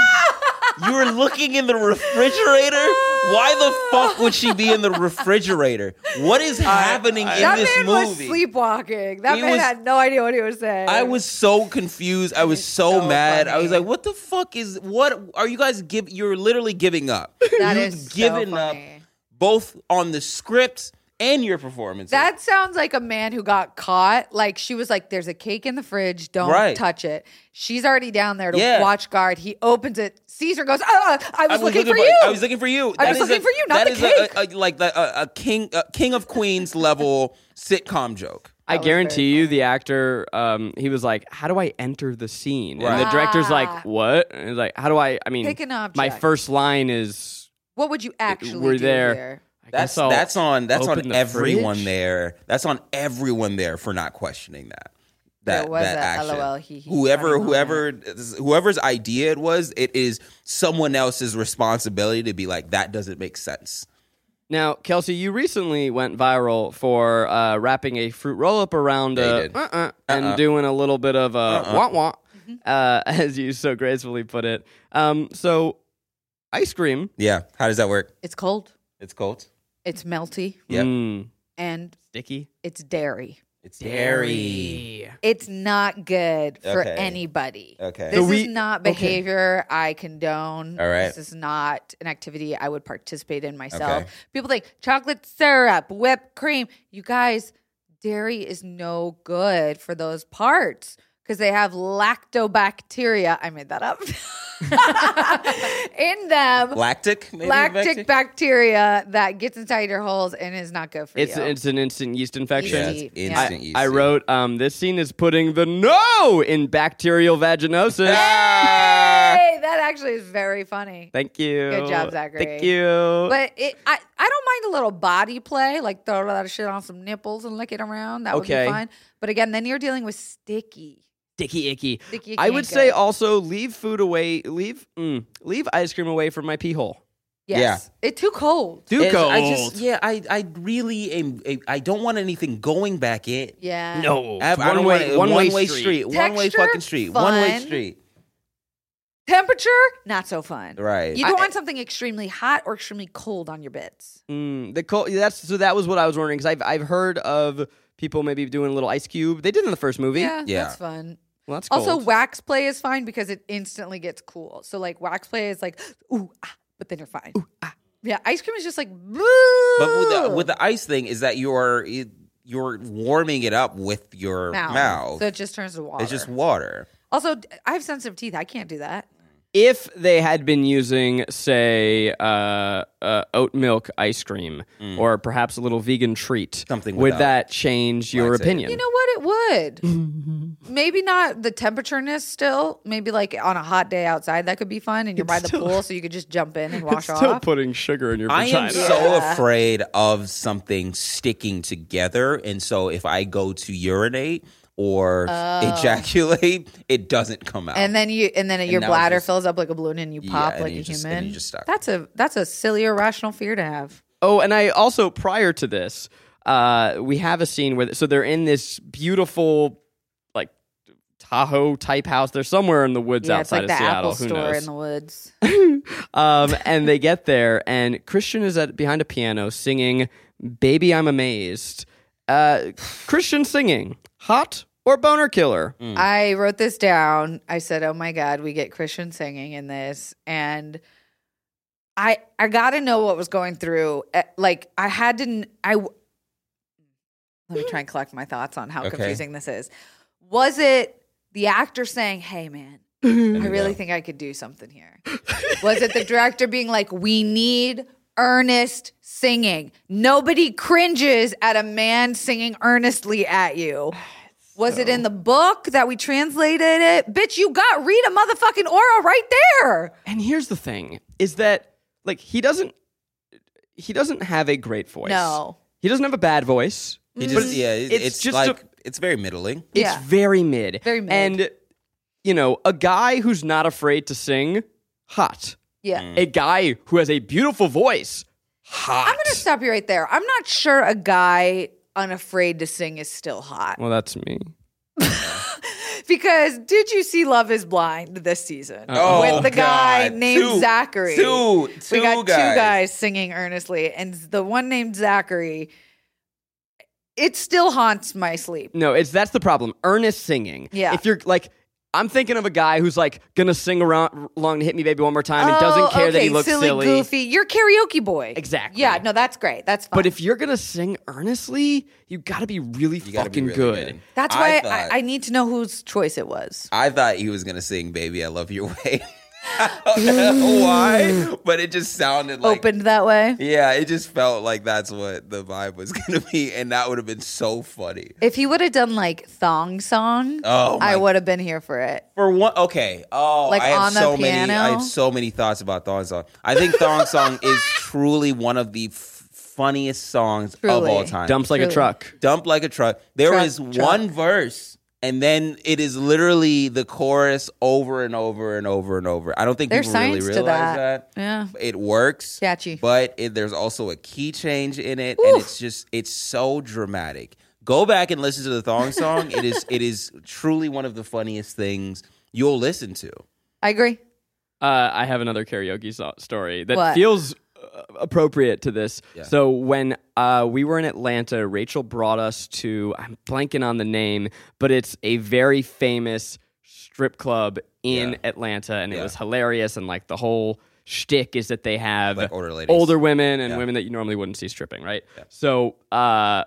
C: you were looking in the refrigerator? Why the fuck would she be in the refrigerator? What is happening in
B: that
C: this
B: man was
C: movie?
B: sleepwalking. That
C: He
B: man
C: was-
B: had no idea what he was saying.
C: I was so confused. I was so,
B: so
C: mad. I
B: funny.
C: was like, "What the fuck is? What are you guys give? You're literally giving up.
B: That
C: You've
B: is so
C: given
B: funny.
C: up both on the script and your performance.
B: That sounds like a man who got caught. Like she was like, "There's a cake in the fridge. Don't
C: Right.
B: touch it." She's already down there to
C: Yeah.
B: watch guard. He opens it, sees her, and goes, "Ah, I was, looking, for you."
C: I was looking for you.
B: I
C: That
B: was
C: is
B: looking
C: a-
B: for you, not
C: that
B: the
C: is
B: cake.
C: a- a- like the, a, a king, a king of queens level sitcom joke.
A: I
B: was very
A: guarantee you, the actor, um, he was like, "How do I enter the scene?" And the
C: Right.
A: director's
B: Ah.
A: like, "What?" And he's like, "How do I?" I mean,
B: Pick an object.
A: my first line is,
B: what would you actually
A: "We're
B: do
A: there."
B: here?
A: I
C: That's
A: guess I'll
C: that's on that's
A: open
C: on
A: the
C: everyone
A: fridge.
C: there. That's on everyone there for not questioning that. That,
B: There was
C: that
B: a
C: action.
B: LOL hee hee
C: whoever
B: funny
C: whoever whoever's idea it was, it is someone else's responsibility to be like that doesn't make sense.
A: Now, Kelsey, you recently went viral for uh, wrapping a fruit roll up around
C: you
A: uh,
C: did. Uh-uh. Mm-hmm.
A: uh-uh, and doing a little bit of a wah wah, uh, as you so gracefully put it. Um, so, ice cream.
C: Yeah, how does that work?
B: It's cold.
C: It's cold.
B: It's melty,
C: Yep.
A: Mm,
B: and
A: sticky.
B: it's dairy.
C: It's dairy.
B: It's not good for
C: Okay.
B: anybody.
C: Okay.
B: This
A: So we-
B: is not
A: okay.
B: behavior I condone.
C: All right.
B: This is not an activity I would participate in myself.
C: Okay.
B: People think chocolate syrup, whipped cream. You guys, dairy is no good for those parts because they have lactobacteria. I made that up. in them.
C: Lactic. Maybe
B: Lactic bacteria that gets inside your holes and is not good for
A: It's
B: you.
A: it's an instant yeast infection.
C: Yeah,
B: Yes.
C: it's
B: Yeah.
C: instant
A: I,
C: yeast.
A: I wrote um, this scene is putting the no in bacterial vaginosis.
C: Ah!
B: hey, that actually is very funny.
A: Thank you.
B: Good job, Zachary.
A: Thank you.
B: But it, I, I don't mind a little body play, like throw that shit on some nipples and lick it around. That would
A: Okay.
B: be fine. But again, then you're dealing with sticky.
A: Dicky icky.
B: Sticky
A: I
B: icky
A: would
B: ain't
A: say
B: good.
A: also leave food away. Leave mm, leave ice cream away from my pee hole.
B: Yes. It's too cold.
A: Too
C: It's-
A: cold.
C: I just yeah, I I really am. I don't want anything going back in.
B: Yeah.
A: no.
C: I have- I
A: one
C: don't
A: way.
C: want-
A: one
C: one
A: way,
C: way street. One way
B: Texture,
C: fucking street. One way
B: fun.
C: street.
B: Temperature, not so fun.
C: Right.
B: You don't want something extremely hot or extremely cold on your beds.
A: Mm, the cold. That's so. That was what I was wondering because I've I've heard of people maybe doing a little ice cube. They did in the first movie.
C: Yeah.
B: That's fun.
A: Well, that's
B: Also,
A: cold.
B: wax play is fine because it instantly gets cool. So, like, wax play is like, ooh, ah, but then you're fine. Ooh, ah. Yeah, ice cream is just like, boo.
C: But with the, with the ice thing is that you're you're warming it up with your mouth.
B: mouth. So it just turns to water.
C: it's just water.
B: also, d- I have sensitive teeth. I can't do that.
A: if they had been using, say, uh, uh, oat milk ice cream or perhaps a little vegan treat,
C: Something
A: would
C: without
A: that change your
C: laxative.
A: opinion?
B: You know what? It would. Maybe not the temperatureness still. Maybe like on a hot day outside, that could be fun. And you're by the pool, so you could just jump in and wash
A: Still
B: off.
A: putting sugar in your
C: I am
A: vagina.
C: so afraid of something sticking together, and so if I go to urinate or ejaculate, it doesn't come out.
B: and then you, and then your
C: now it's
B: bladder
C: just-
B: fills up like a balloon, and you pop
C: and
B: like a
C: you just- and
B: human.
C: you just stuck.
B: That's a that's a silly irrational fear to have.
A: Oh, and I also prior to this, uh, we have a scene where so they're in this beautiful like Tahoe type house. They're somewhere in the woods
B: yeah, it's
A: outside
B: like the
A: of Seattle.
B: Apple
A: Who
B: store
A: knows?
B: in the woods.
A: um, and they get there, and Christian is at behind a piano singing "Baby, I'm Amazed." Uh, Christian singing "Hot" or "Boner Killer."
B: I wrote this down. I said, "Oh my god, we get Christian singing in this." And I I got to know what was going through. Eh, Like I had to kn- I w- Let me try and collect my thoughts on how
C: Okay.
B: confusing this is. Was it the actor saying, "Hey man, I really think I could do something here"? was it the director being like, "We need earnest singing. Nobody cringes at a man singing earnestly at you." Was it in the book that we translated it? Bitch, you got read a motherfucking aura right there.
A: And here's the thing: is that like he doesn't he doesn't have a great voice.
B: No.
A: he doesn't have a bad voice.
C: He just, yeah, it-
A: it's
C: it's,
A: just
C: like
A: a-
C: it's very middling.
A: It's
B: Yeah.
A: very mid.
B: Very mid.
A: And you know, a guy who's not afraid to sing, hot.
B: Yeah.
C: Mm.
A: A guy who has a beautiful voice, hot.
B: I'm gonna stop you right there. I'm not sure a guy unafraid to sing is still hot.
A: well, that's me.
B: Because did you see Love is Blind this season?
C: Oh,
B: With the guy
C: God.
B: named
C: Two-
B: Zachary.
C: two-
B: we
C: two
B: got
C: guys.
B: two guys singing earnestly, and the one named Zachary, it still haunts my sleep.
A: No, it's that's the problem. Earnest singing.
B: Yeah.
A: If you're like I'm thinking of a guy who's like gonna sing around along to hit me baby one more time and
B: Oh,
A: doesn't care that
B: okay,
A: he looks silly.
B: goofy. You're karaoke boy.
A: Exactly.
B: Yeah, no, that's great. That's fine.
A: But if you're gonna sing earnestly, you gotta be really
C: gotta be
A: fucking
C: really
A: good.
C: good.
B: That's
C: I
B: why I,
C: thought-
B: I, need to know whose choice it was.
C: I thought he was gonna sing "Baby, I Love Your Way." I don't know why, but it just sounded like
B: Opened that way.
C: Yeah, it just felt like that's what the vibe was gonna be, and that would have been so funny.
B: If he would have done like thong song,
C: Oh, my-
B: I would have been here for it.
C: For one, okay. Oh,
B: Like
C: I have
B: on the
C: so many. I
B: piano?
C: have so many thoughts about Thong Song. I think Thong Song is truly one of the f- funniest songs of
B: Truly.
C: all time.
A: Dumps like a
B: Truly.
A: truck.
C: Dump like a truck. There
B: Truck,
C: is
B: truck.
C: one verse, and then it is literally the chorus over and over and over and over. I don't think
B: There's
C: people really
B: science
C: realize
B: to that.
C: that.
B: Yeah.
C: It works,
B: Catchy.
C: but it, there's also a key change in it, and it's just it's so dramatic. Go back and listen to the thong song. it is it is truly one of the funniest things you'll listen to.
B: I agree.
A: Uh, I have another karaoke so- story that
B: What?
A: feels uh, appropriate to this. So when uh, we were in Atlanta, Rachel brought us to I'm blanking on the name, but it's a very famous strip club in Atlanta, and it was hilarious. And like the whole shtick is that they have
C: Like older ladies.
A: older women and women that you normally wouldn't see stripping, right? So uh,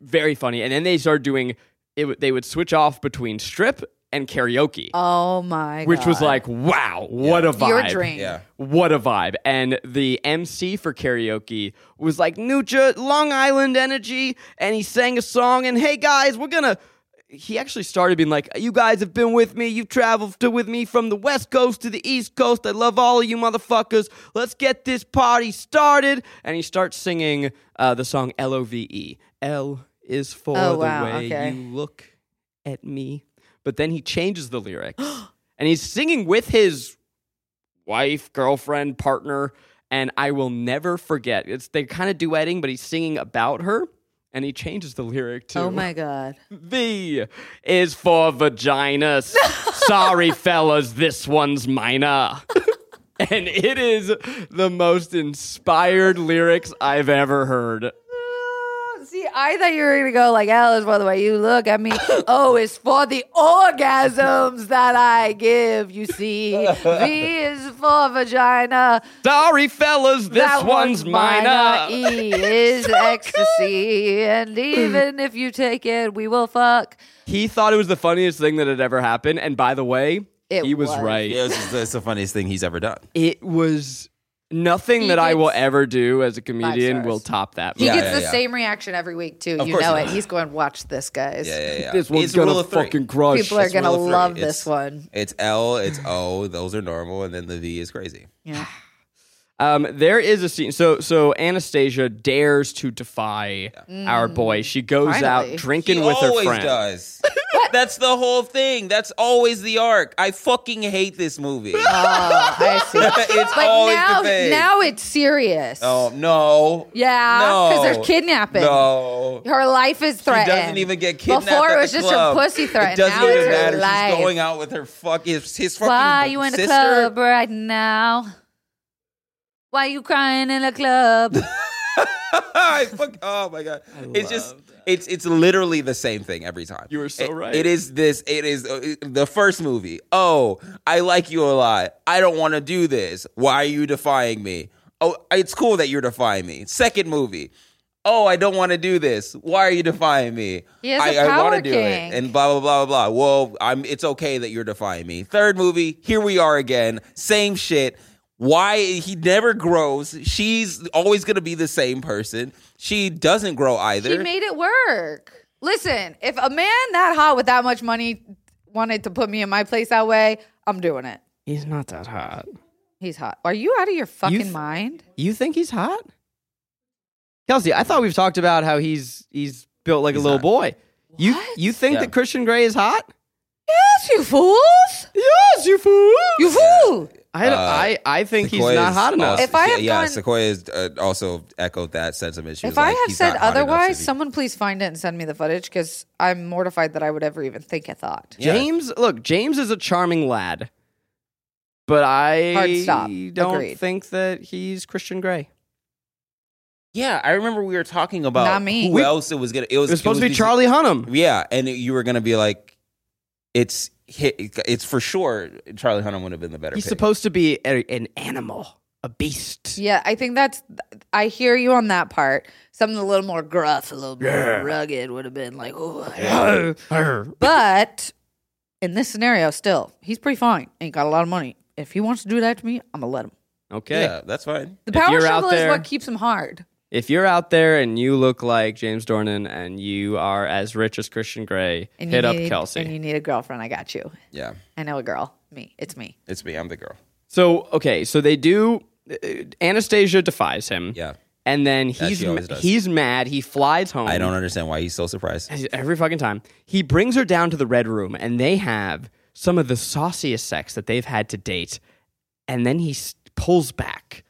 A: very funny. And then they started doing it. w- They would switch off between strip and karaoke
B: Oh my
A: which was
B: God.
A: like, wow, what a vibe.
B: Your dream.
C: Yeah.
A: What a vibe. And the MC for karaoke was like, Nucha, Long Island energy. And he sang a song, and hey, guys, we're going to. He actually started being like, You guys have been with me. You've traveled to with me from the West Coast to the East Coast. I love all of you motherfuckers. Let's get this party started. And he starts singing uh, the song L O V E. L is for
B: Oh,
A: the
B: wow,
A: way
B: okay.
A: you look at me. But then he changes the lyrics and he's singing with his wife, girlfriend, partner. And I will never forget. It's they're kind of duetting, but he's singing about her. And he changes the lyric to
B: Oh my god.
A: V is for vaginas. Sorry, fellas, this one's minor. and it is the most inspired lyrics I've ever heard.
B: See, I thought you were gonna go like Alice. By the way, you look at me. Oh, it's for the orgasms that I give. You see, V is for vagina.
A: Sorry, fellas, this
B: that
A: one's, minor.
B: E is ecstasy, and even if you take it, we will fuck.
A: He thought it was the funniest thing that had ever happened. And by the way,
B: It
A: he was,
B: was.
A: right.
C: Yeah, it's, it's the funniest thing he's ever done.
A: It was nothing
B: He
A: that I will
B: gets
A: ever do as a comedian
B: stars.
A: will top that.
B: He
C: Yeah,
B: gets
C: yeah,
B: the
C: yeah.
B: same reaction every week too. you
C: course
B: know
C: he
B: it.
C: does.
B: He's going watch this, guys.
C: Yeah, yeah, yeah.
A: this one's
C: It's rule
A: gonna
C: of three.
A: fucking crush.
B: People are
C: It's
B: gonna
C: rule of three.
B: love
C: It's-
B: this one.
C: It's L, it's O, those are normal, and then the V is crazy.
B: Yeah.
A: Um, there is a scene. So so Anastasia dares to defy our boy. She goes
B: Mm. Finally.
A: out drinking
C: he
A: with her
C: always
A: friend.
C: does. That's the whole thing. That's always the arc. I fucking hate this movie.
B: Oh, I see.
C: it's
B: But
C: always
B: now,
C: the thing.
B: now it's serious.
C: oh no.
B: Yeah,
C: no.
B: 'cause they're kidnapping.
C: No.
B: Her life is threatened.
C: She doesn't even get kidnapped.
B: Before
C: at
B: it was
C: the
B: just
C: club.
B: a pussy threat.
C: It doesn't
B: now
C: even
B: it's her
C: matter.
B: Life.
C: She's going out with her fuck his, his fucking
B: Why you in the
C: sister.
B: club right now? Why you crying in the club?
C: I fuck, oh my god! it's just it's it's literally the same thing every time.
A: You are so
C: It-
A: right.
C: It is this. It is uh, the first movie. Oh, I like you a lot. I don't want to do this. Why are you defying me? Oh, it's cool that you're defying me. Second movie. Oh, I don't want to do this. Why are you defying me?
B: He is
C: I,
B: a
C: I wanna
B: power
C: do
B: king.
C: it. And blah blah blah blah blah. Well, I'm. It's okay that you're defying me. Third movie. Here we are again. Same shit. Why he never grows? She's always gonna be the same person. She doesn't grow either.
B: he made it work. Listen, if a man that hot with that much money wanted to put me in my place that way, I'm doing it.
A: He's not that hot.
B: He's hot. Are you out of your fucking
A: th-
B: mind?
A: You think he's hot? Kelsey, I thought we've talked about how he's he's built like a little boy. You you think
C: Yeah.
A: that Christian Grey is hot?
B: Yes, you fools.
A: Yes, you fool.
B: You fool.
A: I, don't-
C: Uh,
A: I I think he's
C: Sequoia's
A: not hot enough.
C: also-
B: If I had
C: yeah,
B: gone-
C: Sequoia's uh, also echoed that sentiment. She was
B: If I
C: like,
B: have
C: "He's
B: said
C: not hot enough
B: otherwise,
C: to be-"
B: someone please find it and send me the footage because I'm mortified that I would ever even think a thought.
C: Yeah.
A: James, look, James is a charming lad, but I
B: Hard stop.
A: don't
B: Agreed.
A: think that he's Christian Grey.
C: yeah, I remember we were talking about
B: Not me.
C: who
B: We-
C: else it was gonna. It was,
A: It was supposed
C: it
A: to be Charlie Hunnam.
C: Yeah, and you were gonna be like, it's hit, it's for sure. Charlie Hunnam would have been the better.
A: He's
C: pick.
A: supposed to be a, an animal, a beast.
B: Yeah, I think that's. I hear you on that part. Something a little more gruff, a little bit more rugged would have been like, oh. But in this scenario, still, he's pretty fine. Ain't got a lot of money. If he wants to do that to me, I'm gonna let him.
A: Okay.
C: Yeah, that's fine.
B: The
A: If
B: power
A: you're out
B: struggle is
A: there-
B: what keeps him hard.
A: If you're out there and you look like James Dornan and you are as rich as Christian Grey,
B: And
A: hit
B: you
A: up
B: need-
A: Kelsey.
B: And you need a girlfriend. I got you.
C: Yeah,
B: I know a girl. Me. It's me.
C: it's me. I'm the girl.
A: so, okay, so they do. uh, Anastasia defies him.
C: Yeah.
A: And then he's
C: she
A: ma-
C: always does.
A: he's mad. He flies home.
C: I don't understand why he's so
A: Uh,
C: surprised.
A: every fucking time. He brings her down to the red room, and they have some of the sauciest sex that they've had to date. And then he s- pulls back,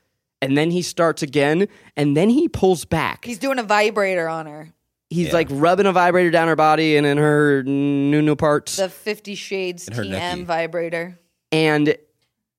A: and then he starts again, and then he pulls back.
B: He's
A: He's,
B: doing a vibrator on her.
A: like rubbing a vibrator down her body and in her new new parts.
B: The Fifty Shades
C: her
B: TM
C: necky.
B: vibrator.
A: and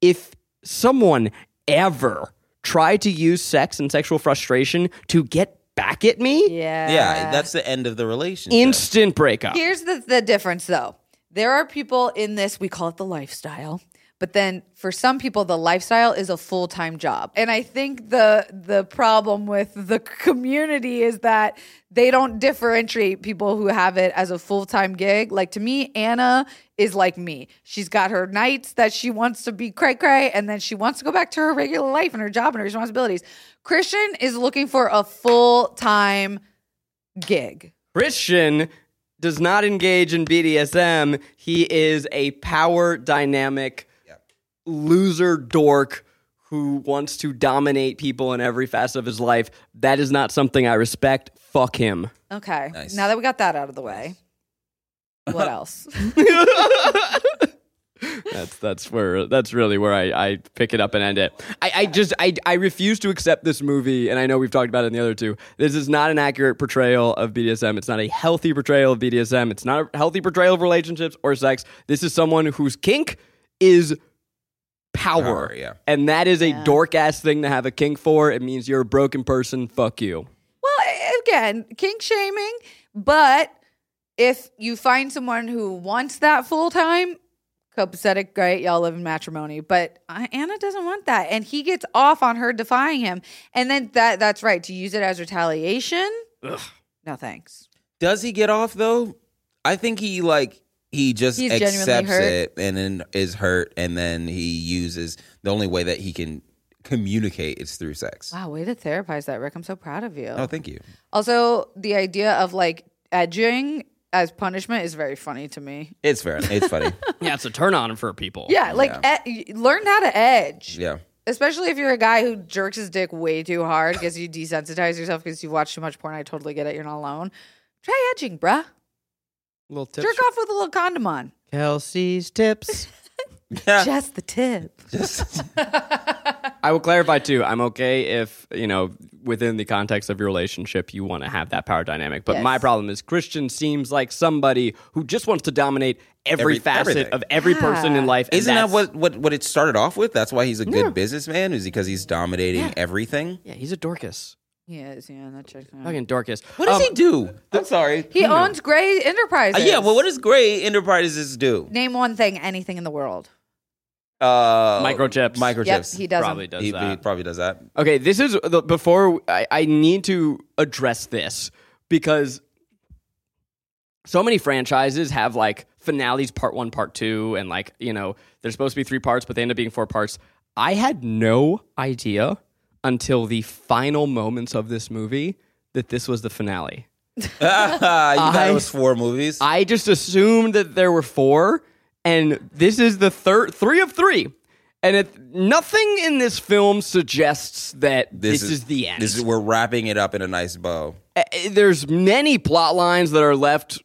A: if someone ever tried to use sex and sexual frustration to get back at me,
B: Yeah.
C: Yeah, that's the end of the relationship.
A: instant breakup.
B: Here's the, the difference, though. There are people in this, we call it the lifestyle. But then for some people, the lifestyle is a full time job. And I think the the problem with the community is that they don't differentiate people who have it as a full time gig. Like to me, Anna is like me. She's got her nights that she wants to be cray cray, and then she wants to go back to her regular life and her job and her responsibilities. Christian is looking for a full time gig.
A: Christian does not engage in BDSM. He is a power dynamic loser dork who wants to dominate people in every facet of his life. That is not something I respect. Fuck him.
B: Okay.
C: Nice.
B: Now that we got that out of the way, what else?
A: That's that's where that's really where I, I pick it up and end it. I, I just I I refuse to accept this movie, and I know we've talked about it in the other two. This is not an accurate portrayal of BDSM. It's not a healthy portrayal of BDSM. It's not a healthy portrayal of relationships or sex. This is someone whose kink is power.
C: Power, yeah.
A: And that is a dork ass thing to have a kink for. It means you're a broken person. Fuck you.
B: Well, a- again, kink shaming, but if you find someone who wants that full time, copacetic, great, y'all live in matrimony. But uh, Anna doesn't want that, and he gets off on her defying him, and then that—that's right to use it as retaliation. No thanks.
C: Does he get off though? I think he like he just
E: He's genuinely
C: accepts
E: hurt.
C: it and then is hurt, and then he uses the only way that he can communicate is through sex.
B: Wow, way to therapize that, Rick. I'm so proud of you.
C: Oh, thank you.
B: Also, the idea of like edging as punishment is very funny to me.
C: It's fair. It's funny.
A: Yeah, it's a turn on for people.
B: Yeah, like e- learn how to edge.
C: yeah.
B: especially if you're a guy who jerks his dick way too hard because you desensitize yourself because you've watched too much porn. I totally get it. You're not alone. Try edging, bruh.
A: Little tips.
B: Jerk off with a little condom on.
A: Kelsey's tips.
B: Just the tip.
A: I will clarify too. I'm okay if, you know, within the context of your relationship, you want to have that power dynamic. But
B: Yes.
A: my problem is Christian seems like somebody who just wants to dominate every,
C: Every-
A: facet
C: everything.
A: of every person in life. and
C: Isn't that
A: that's-
C: what, what what it started off with? That's why he's a good businessman, is because he's dominating everything.
A: Yeah, he's a Dorcas.
B: He is, yeah, that chick.
A: Fucking Um, Dorcas.
C: What does he do? Um, I'm sorry.
B: He owns Gray
C: Uh,
B: Enterprises.
C: yeah, well, what does Gray Enterprises do?
B: Name one thing, anything in the world.
C: Uh,
A: Microchips.
B: Yep,
C: Microchips.
B: he does.
A: Probably
B: Probably
A: does
C: He-
A: that.
C: he probably does that.
A: Okay, this is the, before I, I need to address this because so many franchises have like finales part one, part two, and like, you know, there's supposed to be three parts, but they end up being four parts. I had no idea until the final moments of this movie that this was the finale.
C: you thought
A: I-
C: it was four movies?
A: I just assumed that there were four, and this is the third three of three. And it, nothing in this film suggests that this, is, the end.
C: This is we're wrapping it up in a nice bow.
A: Uh, there's many plot lines that are left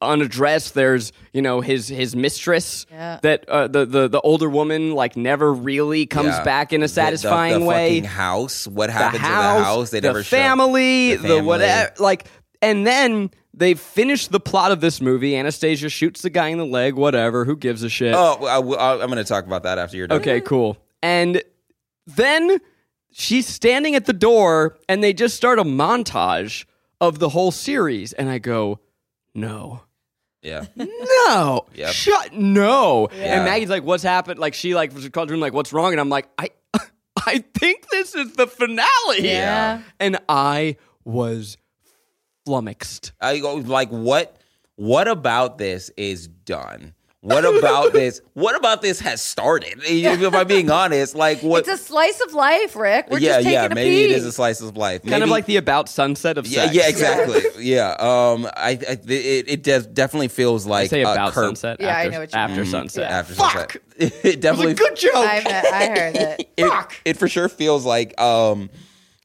A: unaddressed there's you know his his mistress
B: Yeah.
A: that uh, the, the the older woman like never really comes
C: Yeah.
A: back in a
C: The- the-
A: satisfying
C: the
A: way
C: fucking house. What
A: the
C: happened
A: house
C: to the house? They
A: the
C: never
A: family
C: showed.
A: the, whatever like and then they finish the plot of this movie anastasia shoots the guy in the leg whatever who gives a shit
C: Oh, I, I, I'm going to talk about that after you're done.
A: Okay, cool. And then she's standing at the door and they just start a montage of the whole series. And I go, no.
C: Yeah.
A: No,
C: Yep.
A: shut no.
C: Yeah.
A: And Maggie's like, "What's happened?" Like she like was called room like, "What's wrong?" And I'm like, "I, I think this is the finale."
C: Yeah.
A: And I was flummoxed.
C: I go like what what about this is done? What about this? What about this has started? If I'm being honest, like what
B: It's a slice of life, Rick. We're
C: yeah,
B: just taking
C: yeah,
B: a
C: maybe
B: piece.
C: it is a slice of life.
A: Kind of
C: Maybe-
A: like the about sunset of
C: yeah,
A: sex.
C: yeah, exactly. yeah, um, I, I th- it, it def- definitely feels
A: I
C: like
A: say
C: a
A: about
C: curb-
A: sunset.
B: Yeah, I
A: after,
B: know what you
A: after
B: mean.
A: sunset.
C: after
A: Fuck.
C: sunset. It
A: It was
C: definitely
A: a good joke.
C: Oh,
B: I, I heard it.
C: it, it for sure feels like um,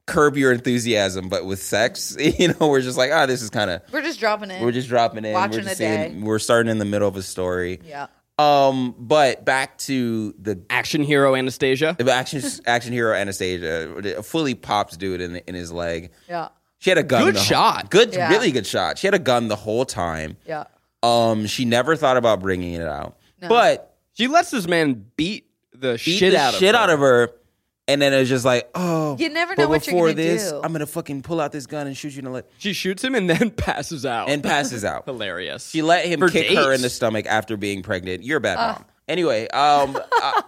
C: curb your enthusiasm, but with sex, you know, we're just like, ah, this is kind of
B: We're just dropping it.
C: we're just dropping in,
B: Watching
C: we're just
B: the day.
C: seeing- we're starting in the middle of a story.
B: yeah.
C: Um, but back to the
A: Action hero Anastasia.
C: the action action hero Anastasia, a fully popped dude in in his leg.
B: Yeah.
C: She had a gun.
A: Good
C: the whole-
A: shot.
C: good,
B: Yeah.
C: really good shot. She had a gun the whole time.
B: Yeah.
C: Um, she never thought about bringing it out, but
A: She lets this man beat the
C: beat
A: shit
C: the
A: out
C: shit
A: of her.
C: out of her. And then it was just like, oh,
B: You never
C: but
B: know what you're
C: before
B: gonna
C: this,
B: do.
C: I'm gonna fucking pull out this gun and shoot you in the leg,
A: She shoots him and then passes out.
C: and passes out.
A: hilarious.
C: She let him
A: For
C: kick her in
A: days.
C: the stomach after being pregnant. You're a bad mom. Anyway, um, uh,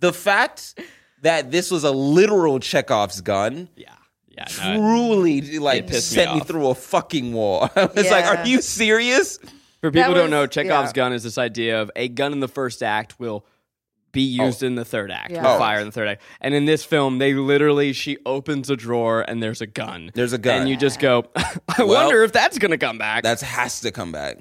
C: the fact that this was a literal Chekhov's gun
A: yeah. Yeah. no.
C: truly like
A: pissed me
C: sent me,
A: off.
C: through a fucking wall. I was like,
B: Yeah.
C: are you serious?
A: For people who
B: was-
A: don't know, Chekhov's
B: yeah.
A: gun is this idea of a gun in the first act will be
C: Oh.
A: used in the third act,
B: Yeah.
A: will
B: Oh.
A: fire in the third act. And in this film, they literally, she opens a drawer and there's a gun.
C: There's a gun.
A: And you just go, I wonder if that's going to come back.
C: That has to come back.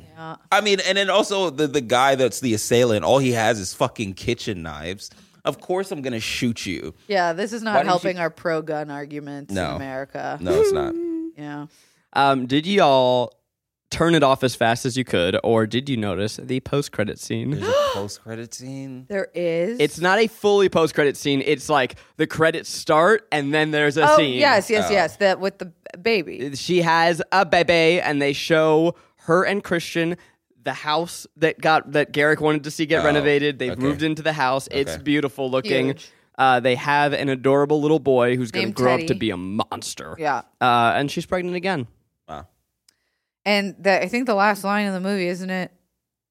C: I mean, and then also the the guy that's the assailant, all he has is fucking kitchen knives. Of course, I'm gonna shoot you.
B: Yeah, this is
C: Why
B: not
C: didn't
B: helping
C: you-
B: our pro gun arguments
C: No.
B: in America.
C: No, it's not.
B: Yeah.
A: Um, did y'all turn it off as fast as you could, or did you notice the post-credit scene?
C: There's a post credit scene.
B: There is.
A: It's not a fully post-credit scene. It's like the credits start and then there's a
B: oh
A: scene.
B: yes, yes, yes. That with the baby.
A: she has a bebe and they show her and Christian the house that got that Garrick wanted to see get renovated. They've
C: okay.
A: moved into the house. It's
C: Okay.
A: beautiful looking.
B: Huge.
A: Uh, they have an adorable little boy who's going to
B: Named
A: grow up
B: Teddy.
A: to be a monster.
B: Yeah.
A: Uh, and she's pregnant again.
C: Wow.
B: And the, I think the last line of the movie, isn't it?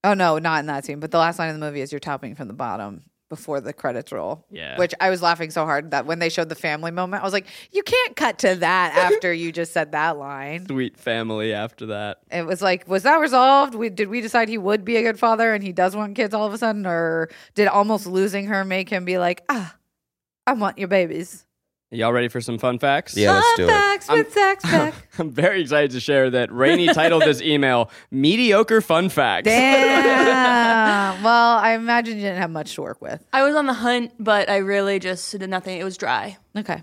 B: Oh no, not in that scene. But the last line of the movie is "You're topping from the bottom." Before the credits roll,
A: Yeah.
B: which I was laughing so hard that when they showed the family moment, I was like, "You can't cut to that after you just said that line."
A: Sweet family after that.
B: It was like, was that resolved? We, did we decide he would be a good father and he does want kids all of a sudden, or did almost losing her make him be like, ah, I want your babies?
A: Y'all ready for some fun facts?
C: Yeah, let's do it.
B: Facts with Zach's back.
A: I'm very excited to share that Rainey titled this email Mediocre Fun Facts.
B: Damn. well, I imagine you didn't have much to work with.
E: I was on the hunt, but I really just did nothing. It was dry.
B: Okay.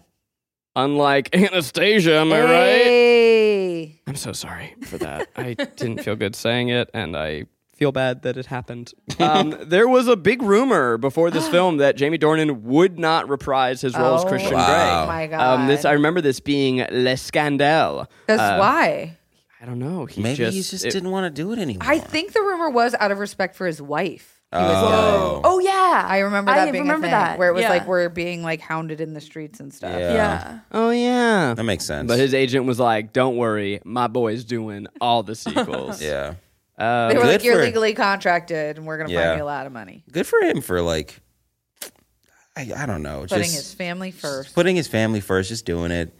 A: Unlike Anastasia, am I right?
B: Hey.
A: I'm so sorry for that. I didn't feel good saying it, and I feel bad that it happened. Um, there was a big rumor before this film that Jamie Dornan would not reprise his role as
B: Oh.
A: Christian
C: Wow.
B: Oh
A: Grey.
B: my God.
A: Um, this I remember this being Le Scandale.
B: That's why.
A: I don't know. He
C: Maybe
A: just,
C: he just
A: it-
C: didn't want to do it anymore.
B: I think the rumor was out of respect for his wife. He
A: Uh,
B: was
C: Oh.
E: Oh yeah,
B: I remember that being a thing where it was
E: Yeah.
B: like we're being like hounded in the streets and stuff.
C: Yeah.
E: yeah.
A: Oh yeah.
C: That makes sense.
A: But his agent was like, "Don't worry, my boy's doing all the sequels."
C: yeah.
B: They were
C: Good
B: like, you're
C: for-
B: legally contracted and we're going to
C: Yeah.
B: find you a lot of money.
C: Good for him for like, I, I don't know,
B: Putting
C: just
B: his family first.
C: putting his family first, just doing it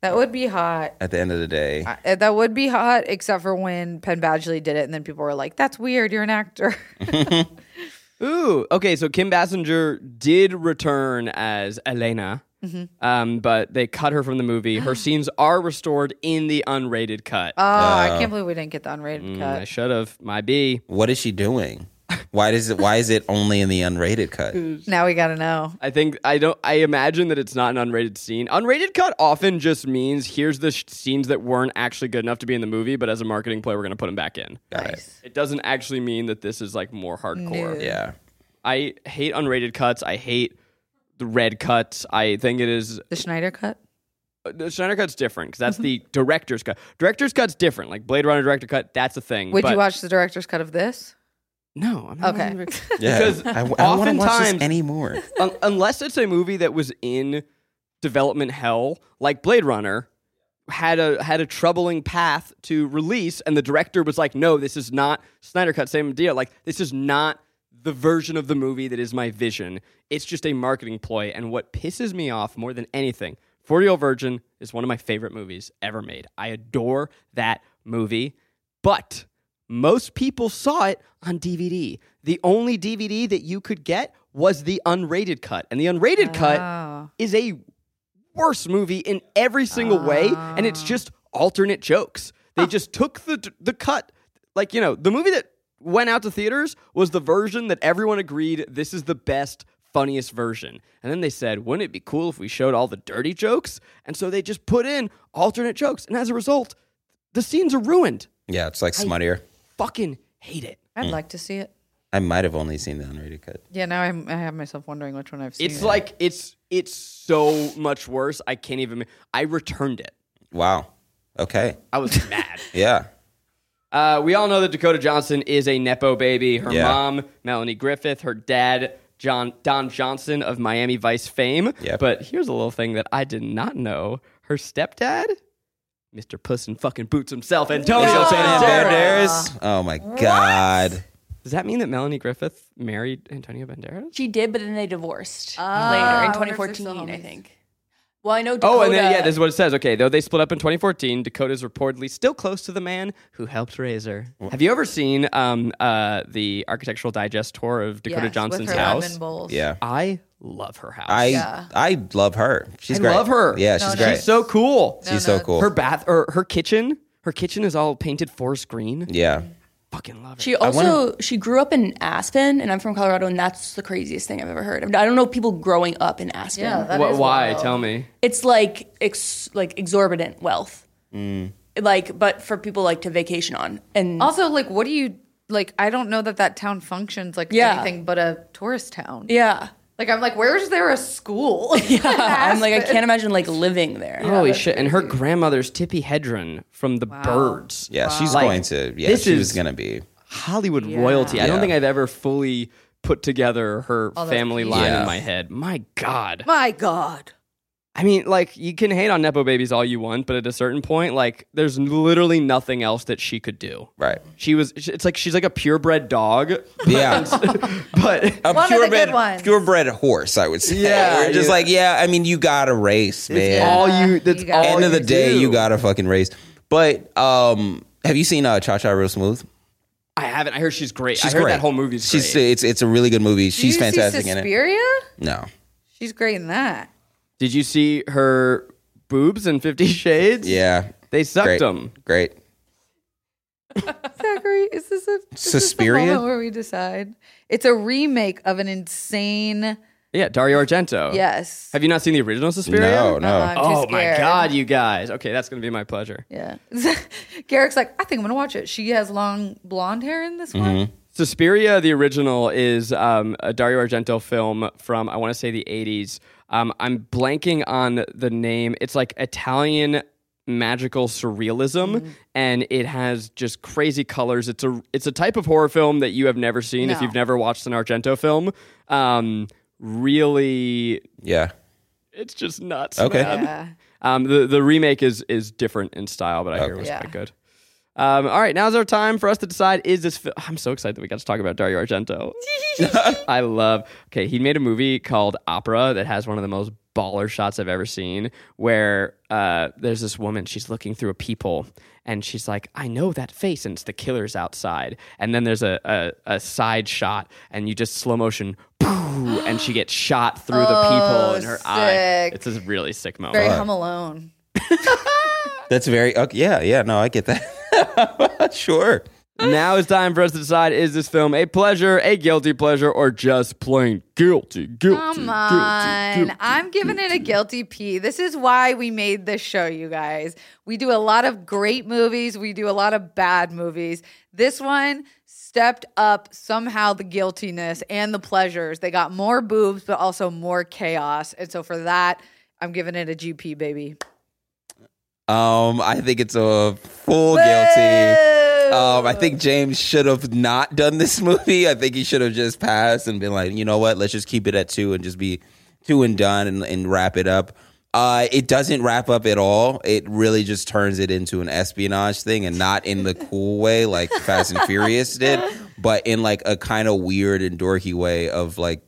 B: That would be hot.
C: at the end of the day.
B: Uh, that would be hot, except for when Penn Badgley did it, and then people were like, "That's weird. You're an actor."
A: Ooh, okay. So Kim Bassinger did return as Elena,
B: Mm-hmm.
A: um, but they cut her from the movie. Her scenes are restored in the unrated cut.
B: Oh, I can't believe we didn't get the unrated
A: I
B: cut.
A: should have. My B.
C: what is she doing? Why does it? Why is it only in the unrated cut?
B: Now we gotta know.
A: I think I don't. I imagine that it's not an unrated scene. Unrated cut often just means here's the sh- scenes that weren't actually good enough to be in the movie, but as a marketing play, we're gonna put them back in.
C: Got it.
B: Nice.
A: It doesn't actually mean that this is like more hardcore.
B: No.
C: Yeah.
A: I hate unrated cuts. I hate the red cuts. I think it is
B: The Schneider cut.
A: Uh, the Snyder cut's different because that's
B: Mm-hmm.
A: the director's cut. Director's cut's different. Like Blade Runner director cut, that's a thing.
B: Would
A: but-
B: you watch the director's cut of this?
A: No, I'm not
B: Okay.
A: watching direct-
C: Yeah.
A: Because
C: I, don't want to watch
A: oftentimes-
C: this anymore.
A: Un- unless it's a movie that was in development hell, like Blade Runner had a had a troubling path to release, and the director was like, "No, this is not Snyder cut. Same idea. Like this is not." The version of the movie that is my vision. It's just a marketing ploy. And what pisses me off more than anything, 40 Year Old Virgin is one of my favorite movies ever made. I adore that movie. But most people saw it on DVD. The only DVD that you could get was the unrated cut. And the unrated
B: Ah.
A: cut is a worse movie in every single way. And it's just alternate jokes. They just took the, the cut. Like, you know, the movie that went out to theaters was the version that everyone agreed this is the best. Funniest version. And then they said, wouldn't it be cool if we showed all the dirty jokes? And so they just put in alternate jokes. And as a result, the scenes are ruined
C: Yeah, it's like smuttier.
A: fucking hate it.
B: I'd like to see it.
C: I might have only seen the unrated cut.
B: Yeah, now I'm, I have myself wondering which one I've seen.
A: It's like it's it's so much worse. I can't even. I returned it.
C: Wow. Okay.
A: I was mad.
C: Yeah.
A: Uh, we all know that Dakota Johnson is a nepo baby. Her
C: Yeah.
A: mom, Melanie Griffith. Her dad, John Don Johnson of Miami Vice fame.
C: Yep.
A: But here's a little thing that I did not know. Her stepdad, Mr. Puss in fucking Boots himself, Antonio
C: Is it
A: Banderas.
C: Banderas? Oh my god.
A: Does that mean that Melanie Griffith married Antonio Banderas?
E: She did, but then they divorced
B: Ah, I
E: later in
B: wonder if they're
E: 2014,
B: still
E: I
B: homies.
E: think. Well, I know. Dakota,
A: Oh, and then, yeah, this is what it says. Okay, though they split up in 2014, Dakota's reportedly still close to the man who helped raise her. Have you ever seen um, uh, the Architectural Digest tour of Dakota
B: Yes,
A: Johnson's
B: with her
A: house?
B: Lemon bowls.
C: Yeah.
A: I love her house.
C: I
E: Yeah.
C: I love her. She's
A: I
C: great.
A: love her.
C: Yeah,
B: no,
C: she's great.
A: She's so cool.
C: She's
B: No,
C: so
B: no.
C: cool.
A: Her bath or her kitchen. Her kitchen is all painted forest green.
C: yeah.
A: Fucking love it.
E: She also she grew up in Aspen, and I'm from Colorado, and that's the craziest thing I've ever heard. I don't know people growing up in Aspen.
B: Yeah, that
A: Wh-
B: is
A: why?
B: wild.
A: Tell me.
E: it's like ex, like exorbitant wealth. like but for people like to vacation on and
B: Also, like, what do you like? I don't know that that town functions like
E: Yeah.
B: anything but a tourist town.
E: yeah.
B: Like, I'm like, where is there a school?
E: I'm like I can't imagine like living there.
A: Holy shit! And her grandmother's Tippy Hedren from The Birds.
C: Yeah, she's
A: Like,
C: going to. Yeah,
A: this
C: she
A: is-
C: was gonna be.
A: Hollywood royalty. I don't
C: Yeah.
A: think I've ever fully put together her
B: All those
A: family line
C: Yeah.
A: in my head. My God.
B: My God.
A: I mean, like, you can hate on Nepo babies all you want, but at a certain point, like, there's literally nothing else that she could do.
C: Right.
A: She was, it's like she's like a purebred dog,
C: Yeah.
A: but
C: A
B: One of the good
C: purebred,
B: ones.
C: purebred horse, I would say.
A: Yeah,
C: We're just
A: yeah.
C: like, yeah, I mean, you got to race, man.
A: all you, that's
B: you got
A: all
B: it.
C: End of the
A: you
C: day,
A: do.
C: you got to fucking race. But um, have you seen uh, Cha Cha Real Smooth?
A: I haven't, I heard she's great.
C: She's
A: I heard
C: great.
A: that whole movie's
C: She's
A: great.
C: it's it's a really good movie.
B: Do
C: She's
B: you
C: fantastic
B: see
C: in it.
B: Suspiria?
C: No.
B: She's great in that.
A: Did you see her boobs in Fifty Shades?
C: Yeah.
A: They sucked
C: Great.
A: them.
C: Great.
B: Zachary, is this a is this the
C: Suspiria?
B: moment where we decide? It's a remake of an insane.
A: Yeah, Dario Argento.
B: Yes.
A: Have you not seen the original Suspiria?
C: No, no.
B: Uh-huh. I'm too
A: Oh my
B: scared.
A: God, you guys. Okay, that's going to be my pleasure.
B: Yeah. Garrick's like, I think I'm gonna watch it. She has long blonde hair in this one.
A: Suspiria, the original, is um, a Dario Argento film from I want to say the '80s. Um, I'm blanking on the name. It's like Italian magical surrealism,
B: Mm.
A: and it has just crazy colors. It's a it's a type of horror film that you have never seen if
B: No.
A: you've never watched an Argento film. Um, really,
C: Yeah.
A: it's just nuts.
C: Okay.
A: man.
B: Yeah.
A: Um, the the remake is is different in style, but I hear it was
B: Yeah.
A: quite good. Um, all right, now's our time for us to decide is this. Fi- I'm so excited that we got to talk about Dario Argento. I love. Okay, he made a movie called Opera that has one of the most baller shots I've ever seen, where uh, there's this woman. She's looking through a peephole, and she's like, "I know that face," and it's the killer's outside. And then there's a a, a side shot, and you just slow motion. poof, And she gets shot through the people in her eye.
B: Oh, sick.
A: It's a really sick moment.
B: Very home alone.
C: That's very okay. Yeah, yeah, no, I get that. sure.
A: now it's time for us to decide is this film a pleasure, a guilty pleasure, or just plain guilty, guilty,
B: Come
A: guilty,
B: on.
A: guilty.
B: I'm giving it a guilty pee. This is why we made this show, you guys. We do a lot of great movies, we do a lot of bad movies. This one stepped up somehow the guiltiness and the pleasures. They got more boobs, but also more chaos. And so for that, I'm giving it a GP, baby.
C: Um, I think it's a full guilty. Um, I think James should have not done this movie. I think he should have just passed and been like, you know what, let's just keep it at two and just be two and done and, and wrap it up. Uh, it doesn't wrap up at all. It really just turns it into an espionage thing and not in the cool way like Fast and Furious did, but in like a kind of weird and dorky way of like,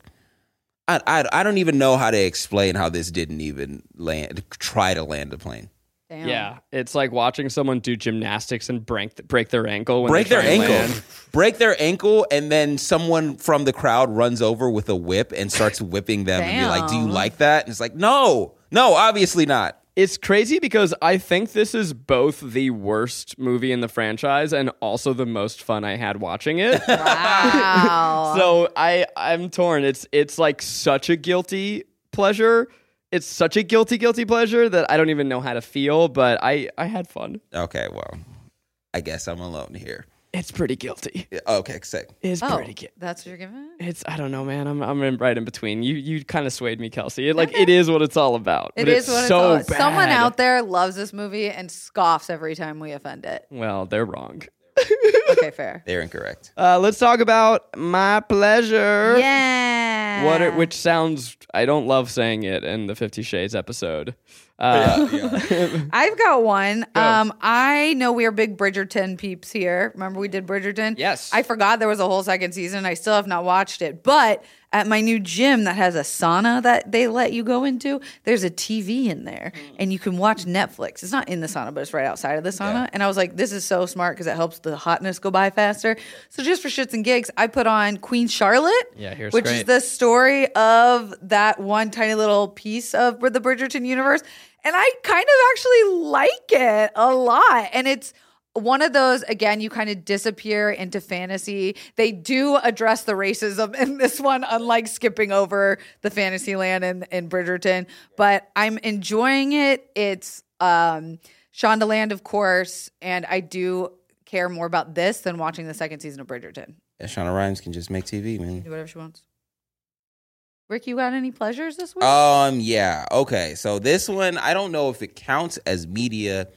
C: I, I, I don't even know how to explain how this didn't even land, try to land a plane.
B: Damn.
A: Yeah, it's like watching someone do gymnastics and break break their ankle. When
C: break
A: they
C: their
A: try and land.
C: ankle break their ankle and then someone from the crowd runs over with a whip and starts whipping them and be like do you
B: Damn.
C: like that and it's like no no obviously not
A: It's crazy because I think this is both the worst movie in the franchise and also the most fun I had watching it.
B: Wow.
A: so I I'm torn. It's it's like such a guilty pleasure. It's such a guilty guilty pleasure that I don't even know how to feel. But I I had fun.
C: okay well i guess i'm alone here
A: It's pretty guilty.
C: Yeah, okay sick
A: It's
B: oh,
A: pretty guilty.
B: that's what you're giving it?
A: It's I don't know, man. I'm I'm in right in between. You you kind of swayed me, Kelsey. It, like it is what it's all about.
B: It
A: but
B: is
A: it's
B: what it's
A: so
B: all. Someone
A: bad.
B: out there loves this movie and scoffs every time we offend it.
A: Well, they're wrong.
B: Okay, fair.
C: they're incorrect
A: Uh, let's talk about my pleasure.
B: Yeah.
A: What are, which sounds I don't love saying it in the Fifty Shades episode. Uh,
B: I've got one. Um, I know we are big Bridgerton peeps here. Remember we did Bridgerton?
A: Yes.
B: I forgot there was a whole second season. I still have not watched it. But at my new gym that has a sauna that they let you go into, there's a TV in there and you can watch Netflix. It's not in the sauna, but it's right outside of the sauna. And I was like, this is so smart because it helps the hotness go by faster. So just for shits and gigs, I put on Queen Charlotte.
A: Yeah, here's
B: which
A: great.
B: is the story of that one tiny little piece of the Bridgerton universe. And I kind of actually like it a lot. And it's one of those, again, you kind of disappear into fantasy. They do address the racism in this one, unlike skipping over the fantasy land in, in Bridgerton. But I'm enjoying it. It's um Shondaland, of course, and I do care more about this than watching the second season of Bridgerton.
C: Yeah, Shonda Rhimes can just make TV, man.
B: Do whatever she wants. Rick, you got any pleasures this week?
C: Um, yeah. Okay. So this one, I don't know if it counts as media.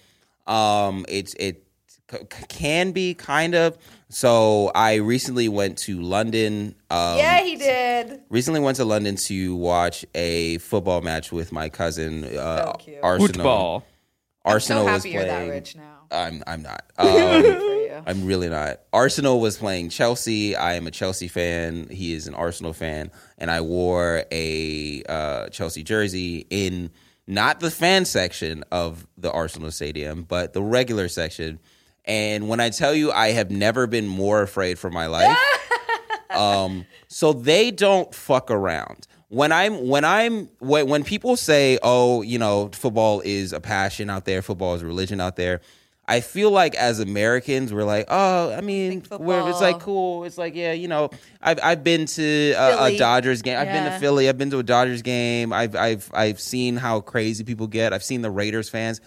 C: Um, it's it c- c- can be kind of. So I recently went to London. Um,
B: yeah, he did.
C: Recently went to London to watch a football match with my cousin. Uh,
B: So cute.
C: Arsenal.
A: Football.
C: Arsenal
B: so
C: was
B: happy you're
C: playing.
B: that rich now.
C: I'm. I'm not. Um,
B: For you.
C: I'm really not. Arsenal was playing Chelsea. I am a Chelsea fan. He is an Arsenal fan, and I wore a uh, Chelsea jersey in not the fan section of the Arsenal stadium, but the regular section. And when I tell you, I have never been more afraid for my life. Um, so they don't fuck around. When I'm when I'm when, when people say, "Oh, you know, football is a passion out there, football is a religion out there," I feel like as Americans, we're like, "Oh, I mean, we're, it's like
B: football-
C: cool. It's like, yeah, you know, I've I've been to a, a
E: Philly.
C: Dodgers game. I've been to
E: Yeah.
C: Philly. I've been to a Dodgers game. I've I've I've seen how crazy people get. I've seen the Raiders fans.